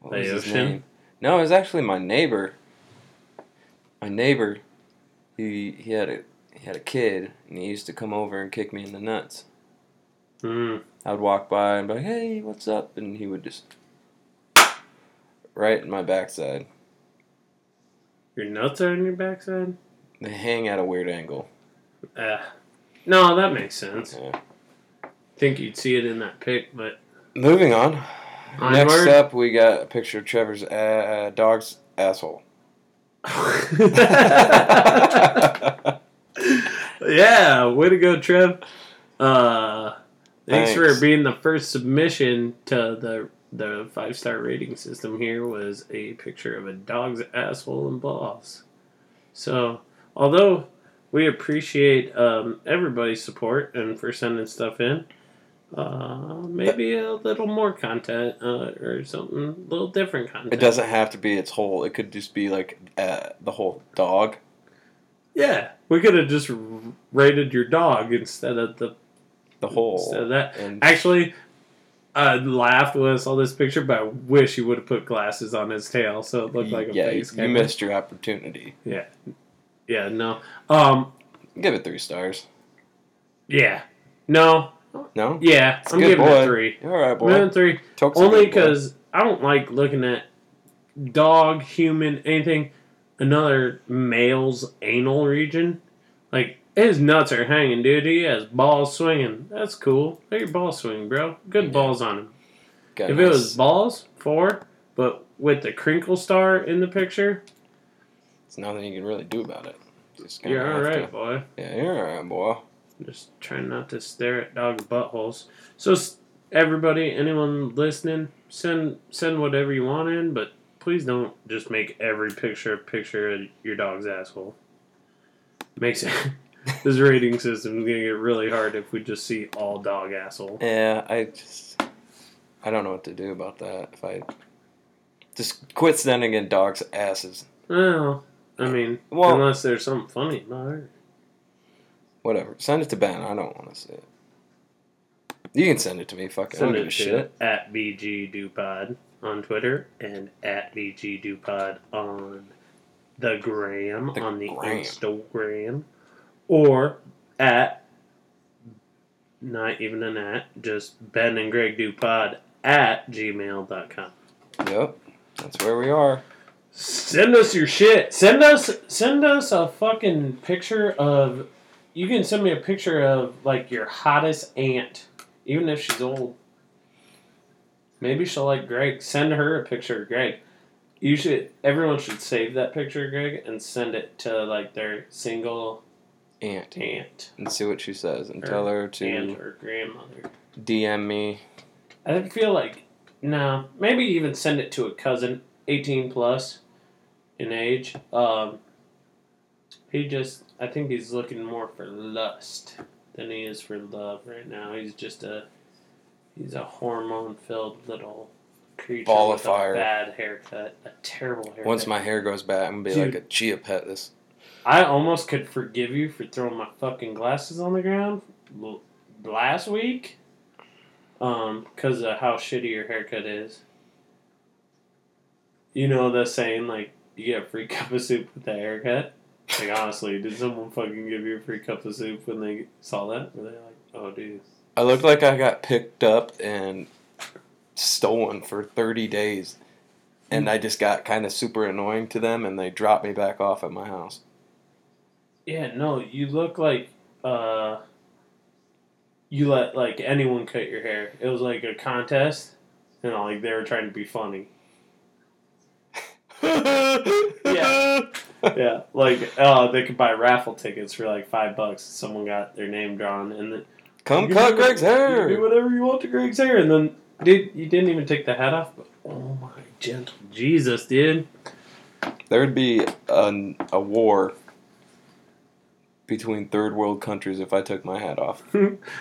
S2: What
S1: By
S2: was his
S1: Ocean?
S2: name? No, it was actually my neighbor. My neighbor, he he had a he had a kid, and he used to come over and kick me in the nuts.
S1: Mm.
S2: I would walk by and be like, "Hey, what's up?" and he would just right in my backside.
S1: Your nuts are on your backside.
S2: They hang at a weird angle.
S1: Uh, no, that makes sense.
S2: Yeah.
S1: Think you'd see it in that pic, but
S2: Moving on. Next
S1: Onward.
S2: up, we got a picture of Trevor's uh, dog's asshole. <laughs>
S1: <laughs> yeah, way to go, Trev. Uh, thanks,
S2: Thanks.
S1: for being the first submission to the the five star rating system. Here was a picture of a dog's asshole and balls. So, although we appreciate um, everybody's support and for sending stuff in. Uh, maybe a little more content uh, or something, a little different content.
S2: It doesn't have to be its whole. It could just be like uh, the whole dog.
S1: Yeah, we could have just r- rated your dog instead of the
S2: The whole.
S1: instead of that.
S2: and
S1: Actually, I laughed when I saw this picture, but I wish he would have put glasses on his tail so it looked like a
S2: yeah, you,
S1: face.
S2: you
S1: kind of-
S2: missed your opportunity.
S1: Yeah, no. Um,
S2: Give it three stars.
S1: yeah, no,
S2: No,
S1: yeah. I'm
S2: good
S1: giving
S2: boy.
S1: it three.
S2: all right,
S1: I'm giving
S2: boy.
S1: it three.
S2: Talk's a
S1: Only
S2: good boy.
S1: because I don't like looking at dog, human, anything, another male's anal region. Like, his nuts are hanging, dude. He has balls swinging. That's cool. Let your balls swing, bro. Good
S2: Yeah.
S1: balls on him.
S2: Got
S1: if
S2: nice-
S1: it was balls, four, but with the crinkle star in the picture,
S2: there's nothing you can really do about it. Just gonna
S1: you're all
S2: have
S1: right,
S2: to-
S1: boy.
S2: Yeah, you're all right, boy.
S1: Just trying not to stare at dogs' buttholes. So s- everybody, anyone listening, send send whatever you want in, but please don't just make every picture a picture of your dog's asshole. Makes it <laughs> this rating system is gonna get really hard if we just see all dog asshole.
S2: Yeah, I just I don't know what to do about that. If I just quit sending in dogs' asses,
S1: Well, I mean,
S2: Well-
S1: unless there's something funny about it.
S2: whatever. Send it to Ben. I don't want to see it. You can send it to me. Fuck it. I
S1: Send
S2: don't give
S1: it
S2: a
S1: to
S2: shit.
S1: at bgdupod on Twitter and at bgdupod on the gram
S2: The
S1: on the
S2: gram.
S1: Instagram or at not even an at just Ben and Greg Dupod at gmail.com.
S2: Yep, that's where we are.
S1: Send us your shit. Send us send us a fucking picture of you can send me a picture of like your hottest aunt, even if she's old. Maybe she'll like Greg. Send her a picture of Greg. You should everyone should save that picture of Greg and send it to like their single
S2: Aunt,
S1: aunt
S2: and see what she says, and
S1: Or
S2: tell her to
S1: aunt or grandmother.
S2: DM me.
S1: I feel like no, maybe even send it to a cousin, eighteen plus in age. Um, he just, I think he's looking more for lust than he is for love right now. He's just a, he's a hormone-filled little creature
S2: Ball
S1: with
S2: of fire.
S1: a bad haircut, a terrible haircut.
S2: Once my hair grows back, I'm gonna be
S1: Dude.
S2: like a chia pet. This
S1: I almost could forgive you for throwing my fucking glasses on the ground l- last week, um, because of how shitty your haircut is. You know the saying like you get a free <laughs> cup of soup with a haircut. Like honestly, did someone fucking give you a free cup of soup when they saw that? Were they like, oh dude,
S2: I look like I got picked up and stolen for 30 days. And I just got kind of super annoying to them and they dropped me back off at my house.
S1: yeah, no, you look like uh, you let like anyone cut your hair. It was like a contest, and like they were trying to be funny.
S2: <laughs> yeah.
S1: yeah, like uh, they could buy raffle tickets for like five bucks. Someone got their name drawn, and then
S2: Come
S1: You
S2: cut
S1: do-
S2: Greg's
S1: you do
S2: hair.
S1: whatever you want to Greg's hair. And then, dude, you didn't even take the hat off. But, oh my gentle Jesus, dude! <laughs>
S2: There'd be an, a war between third world countries if I took my hat off.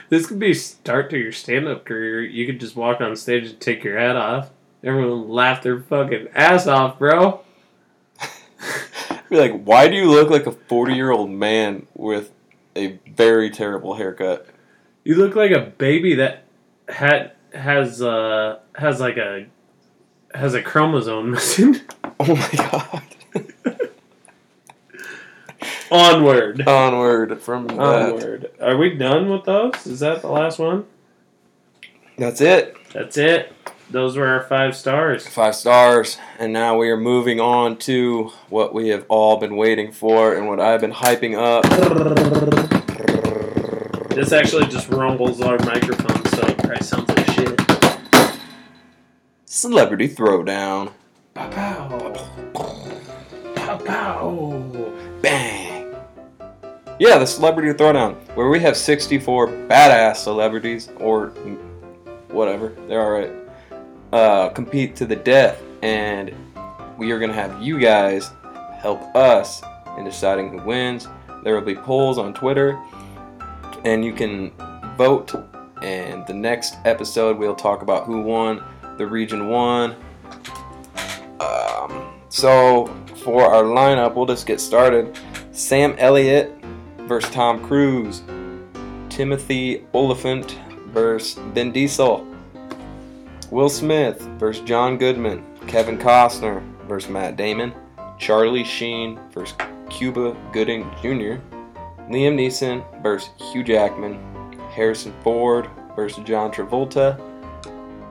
S1: This could be start to your stand up career. You could just walk on stage and take your hat off. Everyone would laugh their fucking ass off, bro.
S2: I'd be like, why do you look like a 40 year old man with a very terrible haircut? <laughs>
S1: You look like a baby that had has uh has like a has a chromosome <laughs> missing.
S2: Oh my god. <laughs>
S1: Onward.
S2: Onward from that.
S1: Onward. Are we done with those? Is that the last one?
S2: That's it.
S1: That's it. Those were our five stars.
S2: Five stars, and now we are moving on to what we have all been waiting for and what I've been hyping up.
S1: This actually just rumbles our microphone, so it probably sounds like shit.
S2: Celebrity Throwdown.
S1: Pow pow. Pow
S2: Bang! Yeah, the Celebrity Throwdown, where we have 64 badass celebrities, or mm, whatever, they're alright, uh, compete to the death, and we are going to have you guys help us in deciding who wins. There will be polls on Twitter, and you can vote, and the next episode we'll talk about who won, the region won. Um, so for our lineup, we'll just get started. Sam Elliott versus Tom Cruise. Timothy Oliphant versus Ben Diesel. Will Smith versus John Goodman. Kevin Costner versus Matt Damon. Charlie Sheen versus Cuba Gooding Jr. Liam Neeson versus Hugh Jackman. Harrison Ford versus John Travolta.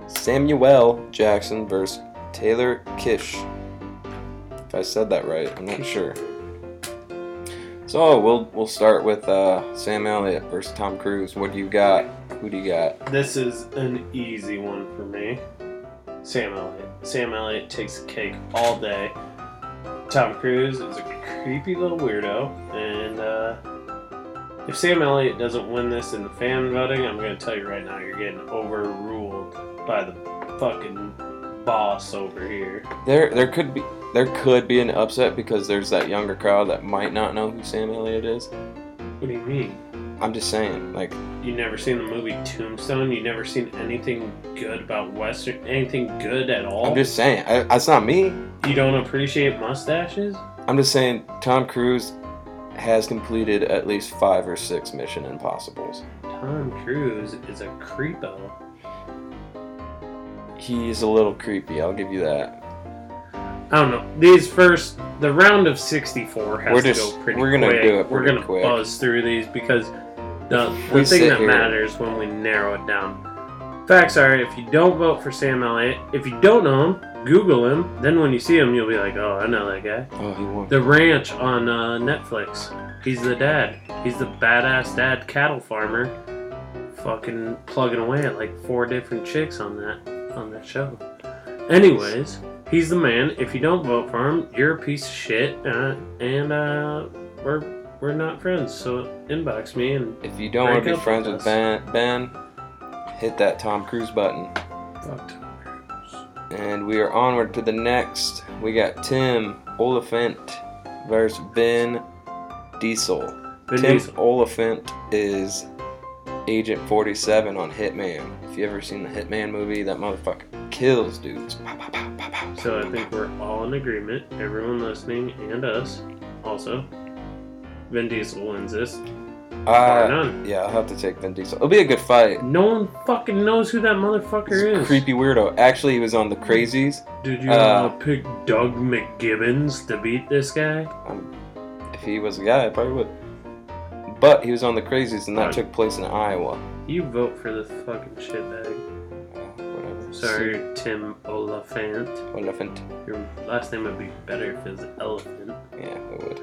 S2: Samuel Jackson versus Taylor Kish. If I said that right, I'm not sure. So we'll we'll start with uh, Sam Elliott versus Tom Cruise. What do you got? Who do you got?
S1: This is an easy one for me. Sam Elliott. Sam Elliott takes the cake all day. Tom Cruise is a creepy little weirdo, and uh, If Sam Elliott doesn't win this in the fan voting, I'm going to tell you right now, you're getting overruled by the fucking boss over here.
S2: There, there could be there could be an upset because there's that younger crowd that might not know who Sam Elliott is.
S1: What do you mean?
S2: I'm just saying, like,
S1: You never seen the movie Tombstone? You never seen anything good about Western? Anything good at all?
S2: I'm just saying, I, that's not me.
S1: you don't appreciate mustaches?
S2: I'm just saying, Tom Cruise has completed at least five or six Mission Impossibles.
S1: Tom Cruise is a creepo.
S2: He is a little creepy. I'll give you that.
S1: I don't know. These first, the round of 64 has
S2: We're
S1: to
S2: just-
S1: go pretty
S2: we're gonna
S1: quick.
S2: do it
S1: we're
S2: pretty
S1: going to
S2: quick.
S1: buzz through these because the
S2: We
S1: one thing
S2: sit
S1: that
S2: here-
S1: matters when we narrow it down. Facts are, if you don't vote for Sam Elliott, if you don't know him, Google him. Then when you see him, you'll be like, oh, I know that guy.
S2: Oh, he won.
S1: The Ranch on uh, Netflix. He's the dad. He's the badass dad cattle farmer. Fucking plugging away at like four different chicks on that on that show. Anyways, he's the man. If you don't vote for him, you're a piece of shit. Uh, and uh, we're we're not friends. So inbox me and
S2: If you don't want
S1: Break
S2: to
S1: up
S2: be friends
S1: with
S2: with Ben, Ben, hit that Tom Cruise button.
S1: fuck. Tom Cruise.
S2: And we are onward to the next. We got Tim Oliphant versus Vin Diesel.
S1: Vin
S2: Tim
S1: Diesel.
S2: Oliphant is Agent 47 on Hitman. If you ever seen the Hitman movie, that motherfucker kills dudes. Pow, pow, pow, pow, pow,
S1: So I
S2: pow,
S1: think
S2: pow.
S1: we're all in agreement. Everyone listening and us also. Vin Diesel wins this. Bar
S2: Uh,
S1: none.
S2: yeah, I'll have to take Vin Diesel. It'll be a good fight.
S1: No one fucking knows who that
S2: He's
S1: motherfucker
S2: a
S1: is.
S2: creepy weirdo. Actually, he was on The Crazies.
S1: Did you
S2: Uh,
S1: uh, pick Doug McGibbons to beat this guy?
S2: Um, if he was a guy, I probably would. But he was on The Crazies, and that
S1: Right.
S2: took place in Iowa.
S1: You vote for the fucking shitbag.
S2: Uh, whatever.
S1: Sorry, Tim Oliphant.
S2: Elephant.
S1: Your last name would be better if it was Elephant.
S2: Yeah, it would.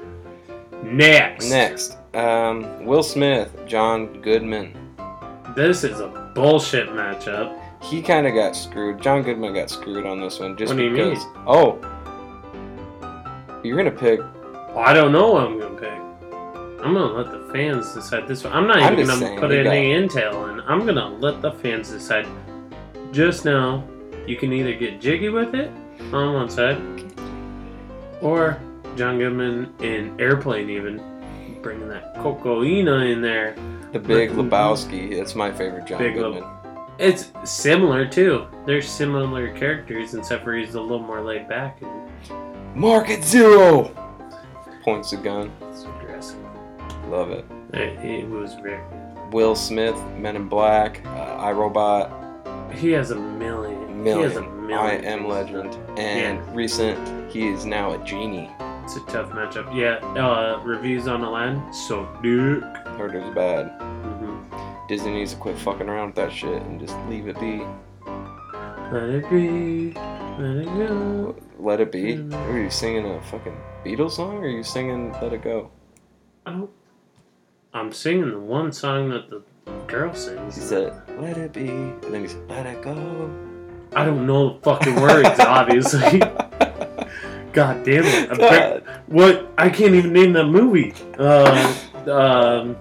S1: Next.
S2: Next, um, Will Smith, John Goodman.
S1: This is a bullshit matchup.
S2: He kind of got screwed. John Goodman got screwed on this one just
S1: What do you
S2: because. Oh, you're gonna pick.
S1: I don't know what I'm gonna pick. I'm gonna let the fans decide this one. I'm not
S2: I'm
S1: even
S2: just
S1: gonna
S2: saying,
S1: put
S2: you
S1: any
S2: got-
S1: intel in. I'm gonna let the fans decide. Just now, you can either get jiggy with it on one side, or John Goodman in Airplane, even bringing that cocaina in there.
S2: The Big
S1: But-
S2: Lebowski. It's my favorite John
S1: Mm-hmm. Big
S2: Goodman.
S1: It's similar too. They're similar characters, except for he's a little more laid back and
S2: Market zero. Points a gun.
S1: it's aggressive.
S2: Love it.
S1: It, it was very.
S2: Will Smith, Men in Black, uh, iRobot,
S1: He has a million. He has a
S2: Million,
S1: million.
S2: I Am Legend, and recent. He is now a genie.
S1: It's a tough matchup. Yeah, uh, reviews on the line. So Duke.
S2: Heard it was bad.
S1: Mm-hmm.
S2: Disney needs to quit fucking around with that shit and just leave it be.
S1: Let it be. Let it go.
S2: Let it be.
S1: Mm-hmm.
S2: Are you singing a fucking Beatles song or are you singing Let It Go?
S1: Oh. I'm singing the one song that the girl sings.
S2: He said, Let It Be. And then he said, Let It Go.
S1: I don't know the fucking
S2: <laughs>
S1: words, obviously. God damn it. <laughs> I'm pre-
S2: God.
S1: what? I can't even name that movie. Uh, um,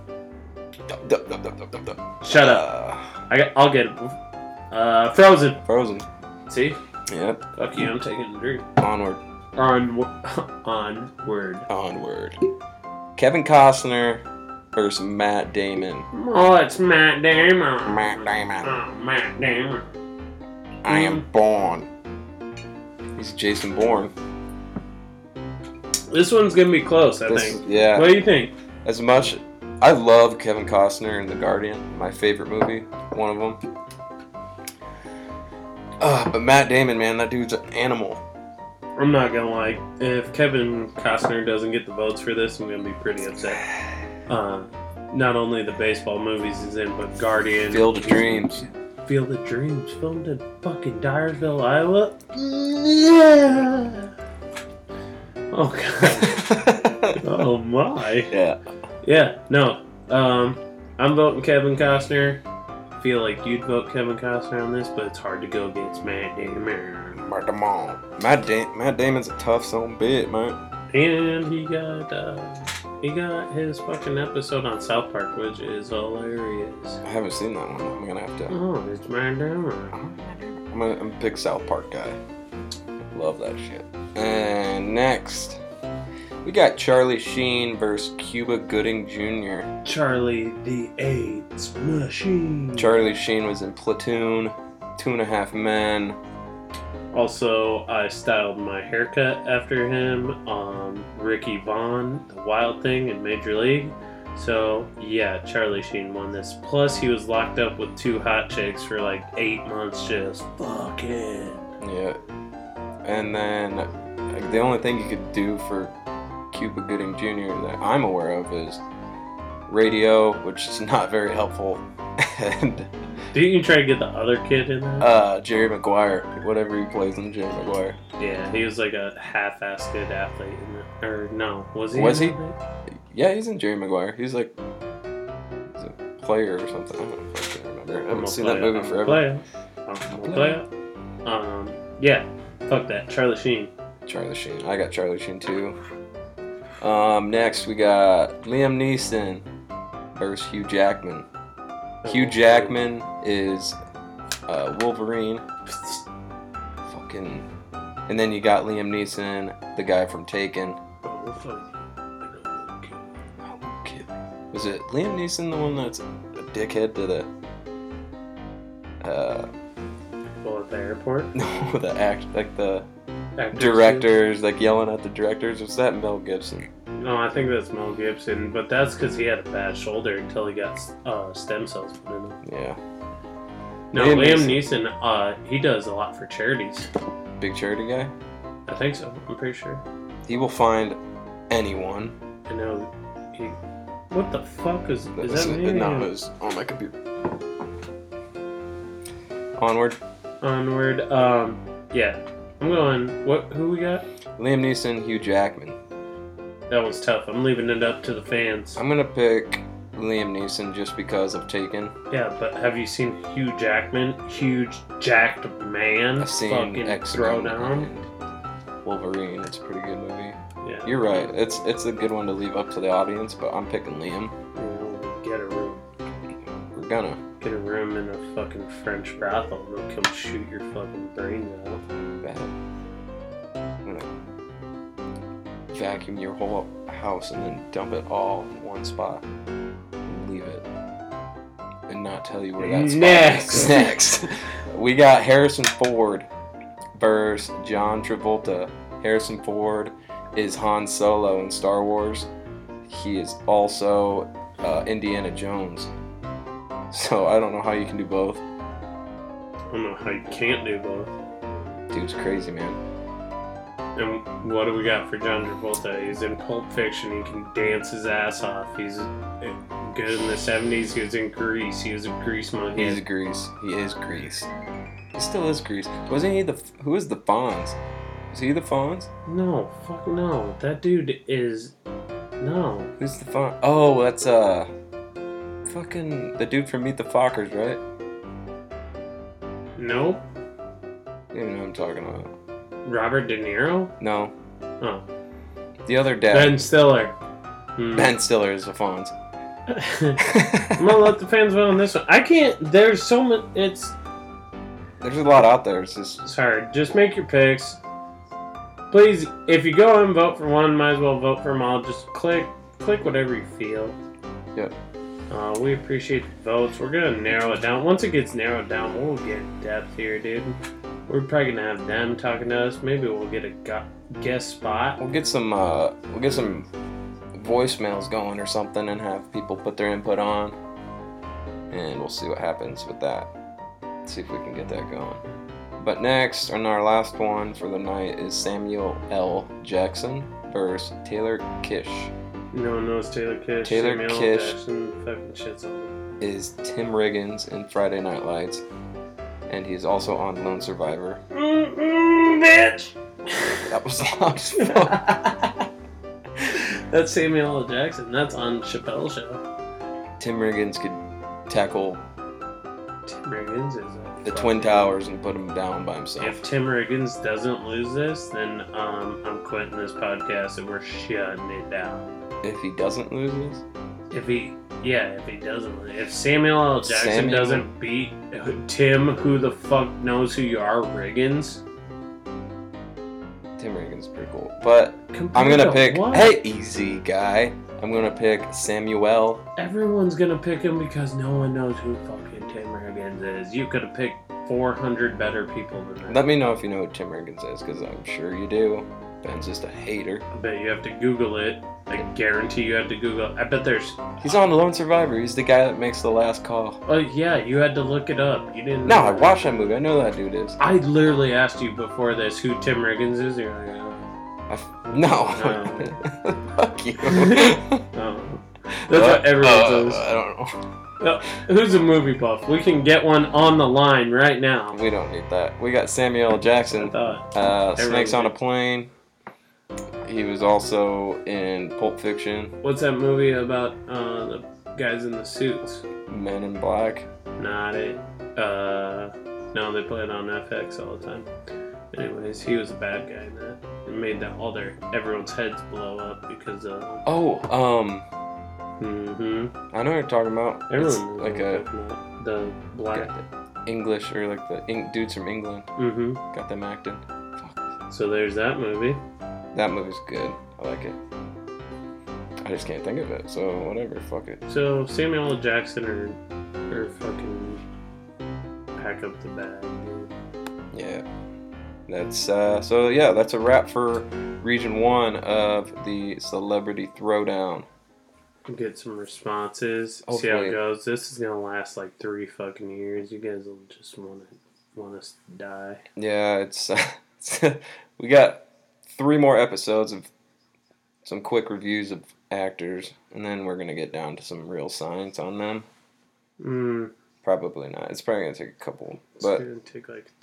S2: Dum, dum, dum, dum, dum, dum, dum.
S1: shut up. I got, I'll get it. Uh, Frozen.
S2: Uh, Frozen.
S1: See?
S2: Yep.
S1: Fuck you, I'm taking a drink.
S2: Onward.
S1: On, <laughs> onward.
S2: Onward. Kevin Costner versus Matt Damon.
S1: Oh, it's Matt Damon.
S2: Matt Damon.
S1: Oh, Matt Damon.
S2: I am
S1: Mm-hmm.
S2: born. He's Jason Bourne.
S1: Mm, This one's gonna be close, I
S2: This, uh,
S1: think.
S2: yeah.
S1: What do you think?
S2: As much, I love Kevin Costner in The Guardian, my favorite movie, one of them. Uh, but Matt Damon, man, that dude's an animal.
S1: I'm not gonna lie. If Kevin Costner doesn't get the votes for this, I'm gonna be pretty upset.
S2: <sighs>
S1: Uh, not only the baseball movies he's in, but Guardian,
S2: Field of Dreams. <laughs>
S1: Field of Dreams, filmed in fucking Dyersville,
S2: <sighs>
S1: Iowa. Yeah. Oh god. <laughs> oh my.
S2: yeah.
S1: Yeah, no. Um, I'm voting Kevin Costner. Feel like you'd vote Kevin Costner on this, but it's hard to go against Matt Damon.
S2: Matt Damon. Matt, da- Matt Damon's a tough son of a bit, man.
S1: And he got uh, He got his fucking episode on South Park, which is hilarious.
S2: I haven't seen that one. I'm gonna have to.
S1: Oh, it's my down.
S2: I'm, gonna, I'm a big South Park guy. Love that shit. And next, we got Charlie Sheen versus Cuba Gooding Jr.
S1: Charlie the AIDS Machine.
S2: Charlie Sheen was in Platoon, Two and a Half Men.
S1: Also, I styled my haircut after him on Ricky Vaughn, the Wild Thing in Major League. So, yeah, Charlie Sheen won this. Plus, he was locked up with two hot chicks for like eight months just fucking.
S2: Yeah. And then like, the only thing you could do for Cuba Gooding Jr. that I'm aware of is radio, which is <laughs> not very helpful, and
S1: Didn't you try to get the other kid in there?
S2: uh, Jerry Maguire, whatever he plays in Jerry Maguire.
S1: yeah, he was like a half-assed good athlete. In the, or no, was he?
S2: Was
S1: an
S2: he?
S1: athlete?
S2: Yeah, he's in Jerry Maguire. He's like he's a player or something. I don't fucking remember. I
S1: I'm a
S2: haven't seen that
S1: player,
S2: movie
S1: I'm a
S2: forever.
S1: Player. I'm a player. Um, yeah, fuck that, Charlie Sheen.
S2: Charlie Sheen. I got Charlie Sheen too. Um, next we got Liam Neeson versus Hugh Jackman.
S1: Oh.
S2: Hugh Jackman is uh, Wolverine. Fucking. And then you got Liam Neeson, the guy from Taken. Okay. Was it Liam Neeson the one that's a dickhead to the uh <laughs>
S1: Well, at the airport.
S2: no the act like the
S1: Actors
S2: directors like yelling at the directors? Was that Mel Gibson?
S1: Gibson. No, Oh, I think that's Mel Gibson, but that's because he had a bad shoulder until he got uh, stem cells put in him.
S2: Yeah,
S1: No,
S2: Liam
S1: Liam Neeson, uh, he does a lot for charities.
S2: big charity guy.
S1: I think so. I'm pretty sure.
S2: He will find anyone.
S1: I know he. What the fuck is is that?
S2: Listen,
S1: Me?
S2: no, it was on my computer. Onward.
S1: Onward. Um, yeah, I'm going. What? Who we got?
S2: Liam Neeson, Hugh Jackman.
S1: That one's tough. I'm leaving it up to the fans.
S2: I'm gonna pick Liam Neeson just because of Taken.
S1: Yeah, but have you seen Hugh Jackman? Huge jacked man.
S2: I've seen
S1: fucking
S2: X
S1: throw down.
S2: Wolverine. It's a pretty good movie.
S1: Yeah.
S2: You're right. It's it's a good one to leave up to the audience, but I'm picking Liam.
S1: You know, get a room.
S2: We're gonna
S1: Get a room in a fucking French brothel and they'll come shoot your fucking brains out.
S2: bat. I'm gonna vacuum your whole house and then dump it all in one spot. And leave it. And not tell you where that spot
S1: Next.
S2: is. <laughs> Next. we got Harrison Ford versus John Travolta. Harrison Ford is Han Solo in Star Wars. He is also uh, Indiana Jones. So I don't know how you can do both.
S1: I don't know how you can't do both.
S2: Dude's crazy, man.
S1: And what do we got for John Travolta? He's in Pulp Fiction. He can dance his ass off. He's good in the 70s. He was in Grease. He was a grease monkey.
S2: He's Grease. He is Grease. He still is Grease. Wasn't he the who is the Fonz? Is he the Fonz?
S1: No, fuck no. That dude is. No.
S2: Who's the Fonz? Oh, that's uh, fucking the dude from Meet the Fockers, right?
S1: Nope.
S2: You don't even know who I'm talking about.
S1: Robert De Niro?
S2: No,
S1: Oh.
S2: the other dad.
S1: Ben Stiller. Hmm. <laughs>
S2: Ben Stiller is the Fonz. <laughs>
S1: I'm gonna let the fans vote on this one. I can't. There's so much. It's.
S2: There's a lot out there. It's just
S1: Sorry. Just make your picks. Please, if you go and vote for one, might as well vote for them all. Just click, click whatever you feel.
S2: Yep.
S1: Uh, we appreciate the votes. We're gonna narrow it down. Once it gets narrowed down, we'll get in depth here, dude. We're probably gonna have them talking to us. Maybe we'll get a gu- guest spot.
S2: we'll get some uh, we'll get some voicemails going or something and have people put their input on, and we'll see what happens with that. see if we can get that going. But next, and our last one for the night is Samuel L. Jackson versus Taylor Kish.
S1: No one knows Taylor Kish.
S2: Taylor
S1: Samuel
S2: Kish.
S1: Jackson, fucking shit's on.
S2: Is Tim Riggins in Friday Night Lights, and he's also on Lone Survivor.
S1: Mm-mm, bitch.
S2: That was <laughs> loud as fuck.
S1: <laughs> That's Samuel L. Jackson. That's on Chappelle's show.
S2: Tim Riggins could tackle
S1: Tim Riggins is a
S2: the
S1: fucking-
S2: Twin Towers and put him down by himself.
S1: If Tim Riggins doesn't lose this, then um, I'm quitting this podcast and we're shutting it down.
S2: if he doesn't lose this?
S1: If he, yeah, if he doesn't, if Samuel L. Jackson
S2: Samuel-
S1: doesn't beat Tim, who the fuck knows who you are, Riggins?
S2: Tim Reagan's pretty cool. But I'm
S1: Compared
S2: gonna
S1: to
S2: pick
S1: what?
S2: Hey Easy Guy. I'm gonna pick Samuel.
S1: Everyone's gonna pick him because no one knows who fucking Tim Riggins is. You could have picked 400 better people than that.
S2: Let me know if you know who Tim Reagan is, because I'm sure you do. Ben's just a hater.
S1: I bet you have to Google it. I guarantee you had to Google. I bet there's.
S2: He's on Lone Survivor. He's the guy that makes the last call.
S1: Oh yeah, you had to look it up. You didn't.
S2: No,
S1: know
S2: I
S1: that.
S2: watched that movie. I know who that dude is.
S1: I literally asked you before this who Tim Riggins is. You're like, oh.
S2: I f- no. <laughs> Fuck you. Uh,
S1: oh. <laughs> That's what everyone says.
S2: I don't know.
S1: Who's a movie buff? We can get one on the line right now.
S2: We don't need that. We got Samuel L.
S1: I
S2: Jackson.
S1: thought.
S2: Uh,
S1: Everyone's
S2: Snakes on a
S1: like-
S2: Plane. He was also in Pulp Fiction,
S1: What's that movie about uh, the guys in the suits?
S2: Men in Black.
S1: Not it. Uh, no, they play it on FX all the time. Anyways, he was a bad guy in that. It made that all their everyone's heads blow up because of.
S2: Oh, um,
S1: hmm
S2: I know what you're talking about. It's
S1: Everyone knows
S2: like
S1: what I'm
S2: a
S1: talking about. the black.
S2: got the English or like the Eng- dudes from England
S1: hmm
S2: got them acting.
S1: So there's that movie.
S2: That movie's good. I like it. I just can't think of it, so whatever. Fuck it.
S1: So Samuel L. Jackson or or fucking pack up the bag. dude.
S2: Yeah. That's uh, so. Yeah, that's a wrap for Region One of the Celebrity Throwdown.
S1: get some responses. See how
S2: Hopefully.
S1: it goes. This is gonna last like three fucking years. You guys will just want to want us to die.
S2: Yeah, it's uh, <laughs> we got three more episodes of some quick reviews of actors, and then we're gonna get down to some real science on them.
S1: Mm,
S2: Probably not. It's probably gonna take a couple,
S1: it's
S2: but
S1: gonna take like th-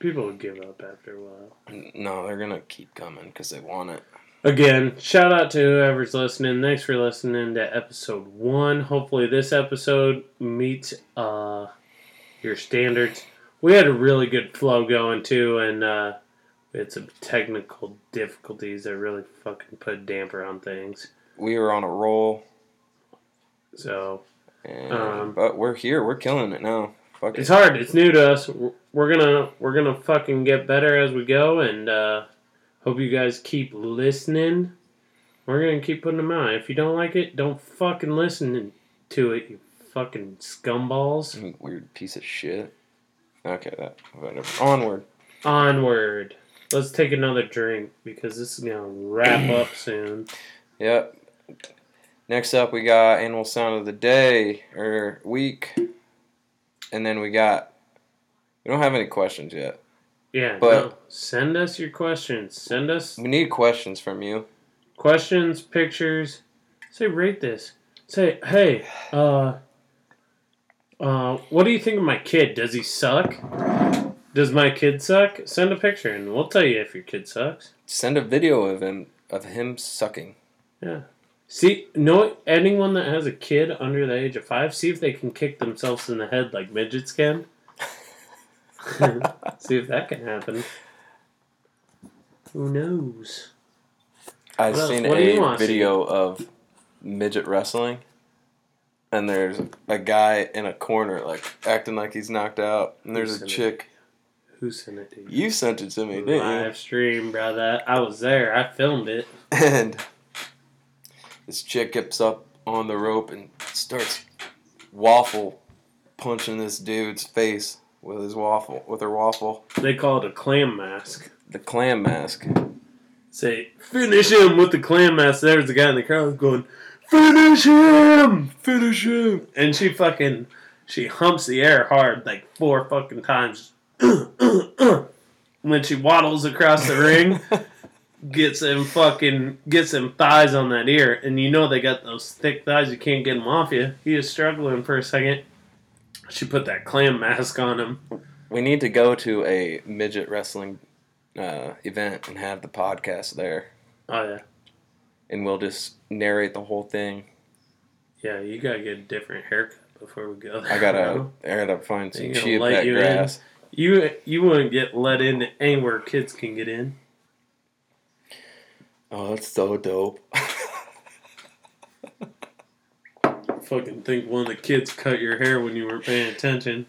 S1: people will give up after a while.
S2: no, they're gonna keep coming because they want it.
S1: Again, shout out to whoever's listening. Thanks for listening to episode one. Hopefully, this episode meets uh, your standards. We had a really good flow going too, and uh, we had some technical difficulties that really fucking put a damper on things.
S2: We were on a roll,
S1: So
S2: and,
S1: Um,
S2: but we're here. We're killing it now. Fuck
S1: It's
S2: it.
S1: hard. It's new to us. We're- We're gonna we're gonna fucking get better as we go, and uh, hope you guys keep listening. We're gonna keep putting them out. If you don't like it, don't fucking listen to it. You fucking scumballs.
S2: You Weird piece of shit. Okay, that whatever. Onward.
S1: Onward. Let's take another drink because this is gonna wrap up soon.
S2: Yep. Next up, we got Animal Sound of the Day or Week. And then we got. We don't have any questions yet.
S1: Yeah.
S2: But-
S1: no. send us your questions. Send us
S2: We need questions from you.
S1: questions, pictures. Say rate this. Say, hey, uh, uh, what do you think of my kid? Does he suck? Does my kid suck? Send a picture and we'll tell you if your kid sucks.
S2: Send a video of him of him sucking. <laughs>
S1: See, no, anyone that has a kid under the age of five, see if they can kick themselves in the head like midgets can. see if that can happen. Who knows?
S2: I've
S1: What else?
S2: seen
S1: What do you
S2: a
S1: wanna see?
S2: video of midget wrestling, and there's a guy in a corner like acting like he's knocked out, and there's a
S1: Send it.
S2: chick.
S1: Who sent it to you?
S2: You sent it to me, didn't you?
S1: Live stream, brother. I was there. I filmed it.
S2: <laughs> And this chick gets up on the rope and starts waffle punching this dude's face with his waffle with her waffle.
S1: They call it a clam mask.
S2: The clam mask.
S1: Say, finish him with the clam mask. There was a guy in the crowd going, finish him, finish him. And she fucking, she humps the air hard like four fucking times. <clears throat> and then she waddles across the ring, gets them fucking, gets them thighs on that ear. And you know they got those thick thighs, you can't get them off you. He is struggling for a second. She put that clam mask on him.
S2: We need to go to a midget wrestling uh, event and have the podcast there,
S1: Oh, yeah.
S2: and we'll just narrate the whole thing.
S1: Yeah, you gotta get a different haircut before we go. There,
S2: I
S1: <laughs>
S2: gotta, I gotta find some
S1: You gonna
S2: chia
S1: light
S2: pet
S1: you in?
S2: grass.
S1: You you wouldn't get let in anywhere kids can get in.
S2: Oh, that's so dope. <laughs>
S1: fucking think one of the kids cut your hair when you weren't paying attention.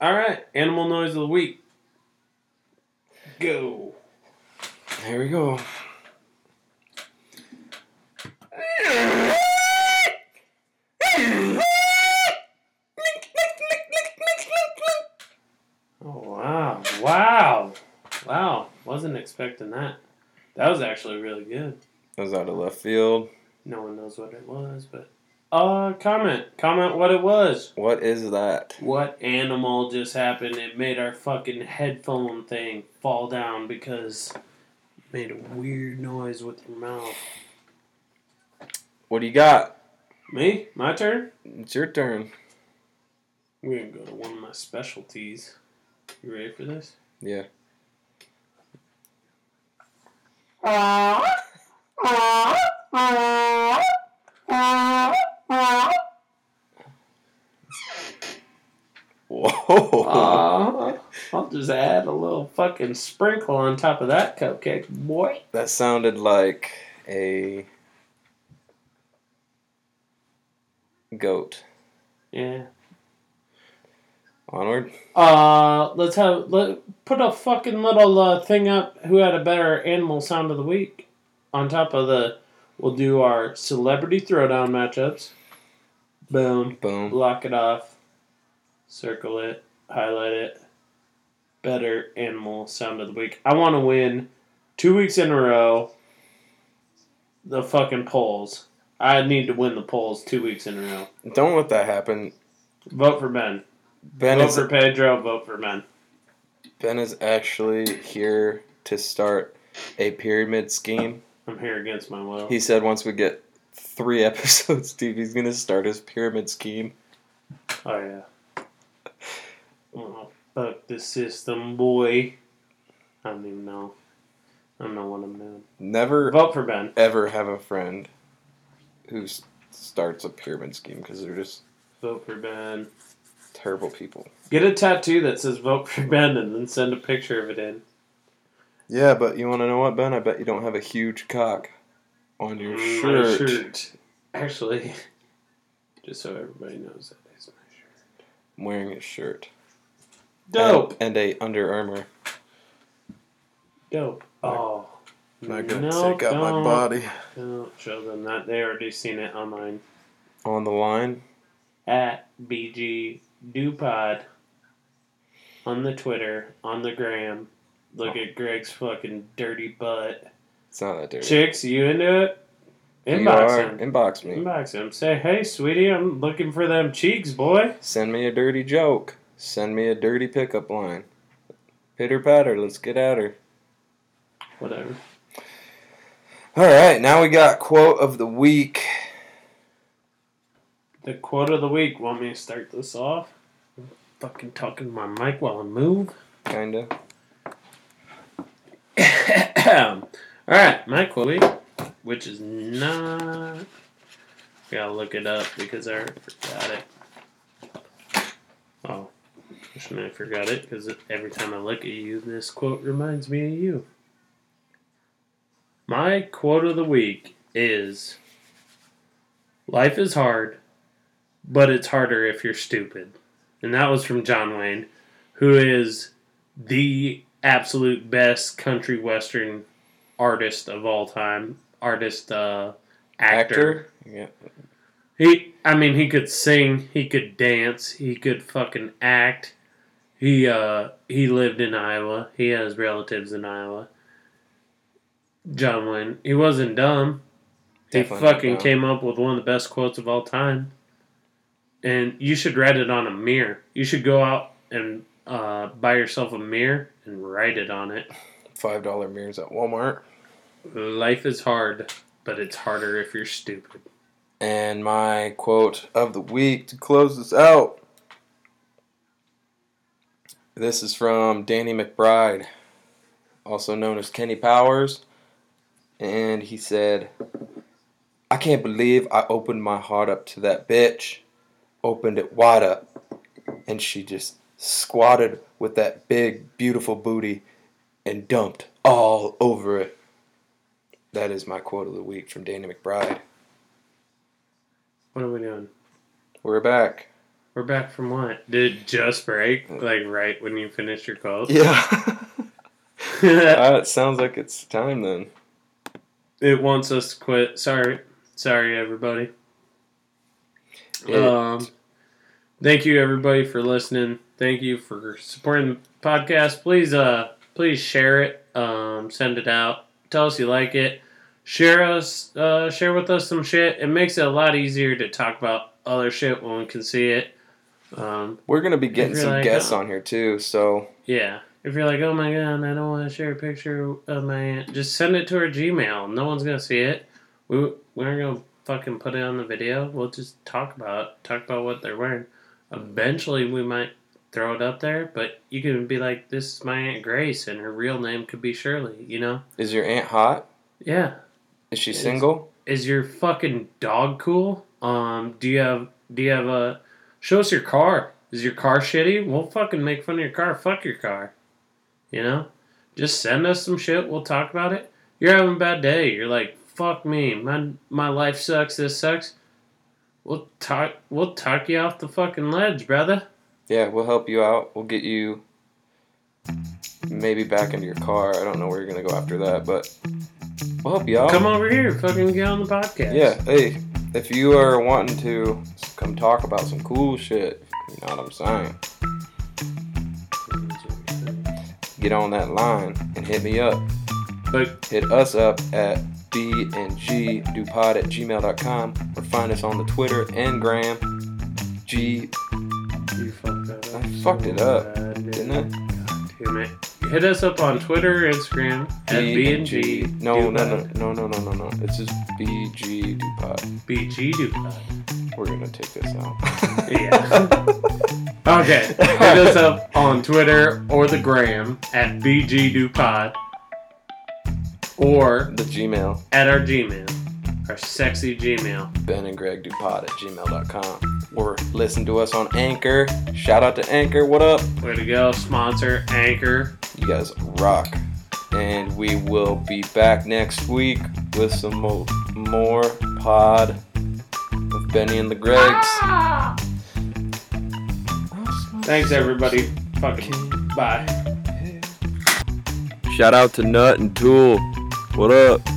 S1: All right, animal noise of the week. Go.
S2: Here we go.
S1: Oh wow! Wow! Wow! Wasn't expecting that. That was actually really good.
S2: That was out of left field.
S1: No one knows what it was, but uh, comment, comment what it was.
S2: What is that?
S1: What animal just happened? It made our fucking headphone thing fall down because you made a weird noise with your mouth.
S2: What do you got?
S1: Me? My turn?
S2: It's your turn.
S1: We're gonna go to one of my specialties. You ready for this?
S2: Yeah. Whoa.
S1: Uh, I'll just add a little fucking sprinkle on top of that cupcake, boy.
S2: that sounded like a goat.
S1: Yeah.
S2: Onward.
S1: Uh, let's have let put a fucking little uh, thing up. Who had a better animal sound of the week? On top of the, we'll do our celebrity throwdown matchups. Boom.
S2: Boom.
S1: Block it off. Circle it. Highlight it. Better animal sound of the week. I want to win two weeks in a row. The fucking polls. I need to win the polls two weeks in a row.
S2: Don't let that happen.
S1: Vote for Ben.
S2: Ben
S1: vote
S2: is
S1: for Pedro. Vote for Ben.
S2: Ben is actually here to start a pyramid scheme.
S1: I'm here against my will.
S2: He said once we get three <laughs> episodes deep, he's gonna start his pyramid scheme.
S1: Oh yeah. Oh, fuck the system, boy. I don't even know. I don't know what I'm doing.
S2: Never
S1: Vote for Ben.
S2: ever have a friend who s- starts a pyramid scheme because they're just
S1: Vote for Ben.
S2: terrible people.
S1: Get a tattoo that says "Vote for Ben" and then send a picture of it in.
S2: Yeah, but you want to know what, Ben? I bet you don't have a huge cock on your
S1: My
S2: shirt.
S1: Mm, shirt. Actually, <laughs> just so everybody knows that is my shirt.
S2: I'm wearing a shirt.
S1: Dope.
S2: And, and a Under Armour.
S1: Dope. Oh.
S2: take out
S1: don't-
S2: my body.
S1: Don't show them that. They already seen it on mine.
S2: On the line.
S1: at BG Dupod on the Twitter, on the gram. Look at Greg's fucking dirty butt.
S2: It's not that dirty.
S1: Chicks, you into it?
S2: You
S1: Inbox
S2: are-
S1: him.
S2: Inbox me.
S1: Inbox him. Say, hey, sweetie, I'm looking for them cheeks, boy.
S2: Send me a dirty joke. Send me a dirty pickup line. Pitter patter, let's get at her.
S1: Whatever.
S2: All right, now we got quote of the week.
S1: The quote of the week. Want me to start this off? I'm fucking talking to my mic while I move. <coughs>
S2: Kinda.
S1: All right, my quote, which is not. Gotta look it up because I forgot it. Oh, wishing I forgot it because every time I look at you, this quote reminds me of you. My quote of the week is Life is hard, but it's harder if you're stupid. And that was from John Wayne, who is the absolute best country western artist of all time. Artist, uh, actor.
S2: Yeah.
S1: He, I mean, he could sing, he could dance, he could fucking act. He, uh, he lived in Iowa. He has relatives in Iowa. John Wayne, he wasn't dumb.
S2: Definitely
S1: he
S2: not
S1: fucking
S2: dumb.
S1: came up with one of the best quotes of all time. And you should write it on a mirror. You should go out and uh, buy yourself a mirror and write it on it.
S2: Five dollar mirrors at Walmart.
S1: Life is hard, but it's harder if you're stupid.
S2: And my quote of the week to close this out. This is from Danny McBride, also known as Kenny Powers. And he said, I can't believe I opened my heart up to that bitch. Opened it wide up. And she just squatted with that big, beautiful booty and dumped all over it. That is my quote of the week from Danny McBride.
S1: What are we doing?
S2: We're back.
S1: We're back from what? Did it just break? Like right when you finished your call?
S2: <laughs> Yeah. Ah, it sounds like it's time then.
S1: <laughs> it wants us to quit. Sorry, sorry, everybody.
S2: It-
S1: Um, thank you everybody for listening. Thank you for supporting the podcast. Please, uh, please share it. Um, send it out. Tell us you like it. Share us. Uh, share with us some shit. It makes it a lot easier to talk about other shit when we can see it. Um,
S2: We're gonna be getting
S1: You're
S2: some
S1: like,
S2: guests
S1: oh.
S2: on here too, so
S1: yeah. If you're like, oh my god, I don't want to share a picture of my aunt, just send it to our Gmail. No one's gonna see it. We we aren't gonna fucking put it on the video. We'll just talk about it, talk about what they're wearing. Eventually, we might throw it up there, but you can be like, this is my aunt Grace, and her real name could be Shirley. You know?
S2: is your aunt hot?
S1: Yeah.
S2: Is she
S1: Yes.
S2: single?
S1: Is your fucking dog cool? Um, do you have do you have a show us your car? Is your car shitty? We'll fucking make fun of your car. Fuck your car. You know? Just send us some shit. We'll talk about it. You're having a bad day. You're like, fuck me. My my life sucks. This sucks. We'll talk we'll talk you off the fucking ledge, brother.
S2: Yeah, we'll help you out. We'll get you maybe back into your car. I don't know where you're gonna go after that, but we'll help you out.
S1: Come over here. Fucking get on the podcast.
S2: Yeah, hey, if you are wanting to come talk about some cool shit, you know what I'm saying? Get on that line and hit me up.
S1: But
S2: Hit us up at bngdupod at gmail.com or find us on the Twitter and Gram. G,
S1: you fucked that up.
S2: I fucked it up,
S1: bad, dude.
S2: didn't I?
S1: Damn it. Hit us up on Twitter, Instagram, at
S2: B and
S1: BNG.
S2: No, no, no, no, no, no, no, no. It's just BG Dupod.
S1: BG Dupod.
S2: We're gonna take this out.
S1: Yeah. Okay. Hit us up on Twitter or the gram at BG Dupod or
S2: <laughs> the Gmail,
S1: at our Gmail, our sexy Gmail.
S2: Ben and Greg Dupod at gmail.com. Or listen to us on Anchor. Shout out to Anchor. What up?
S1: Way to go. Sponsor, anchor.
S2: You guys rock. And we will be back next week with some mo- more pod with Benny and the Gregs.
S1: Thanks, everybody. Fucking bye.
S2: Shout out to Nut and Tool. What up?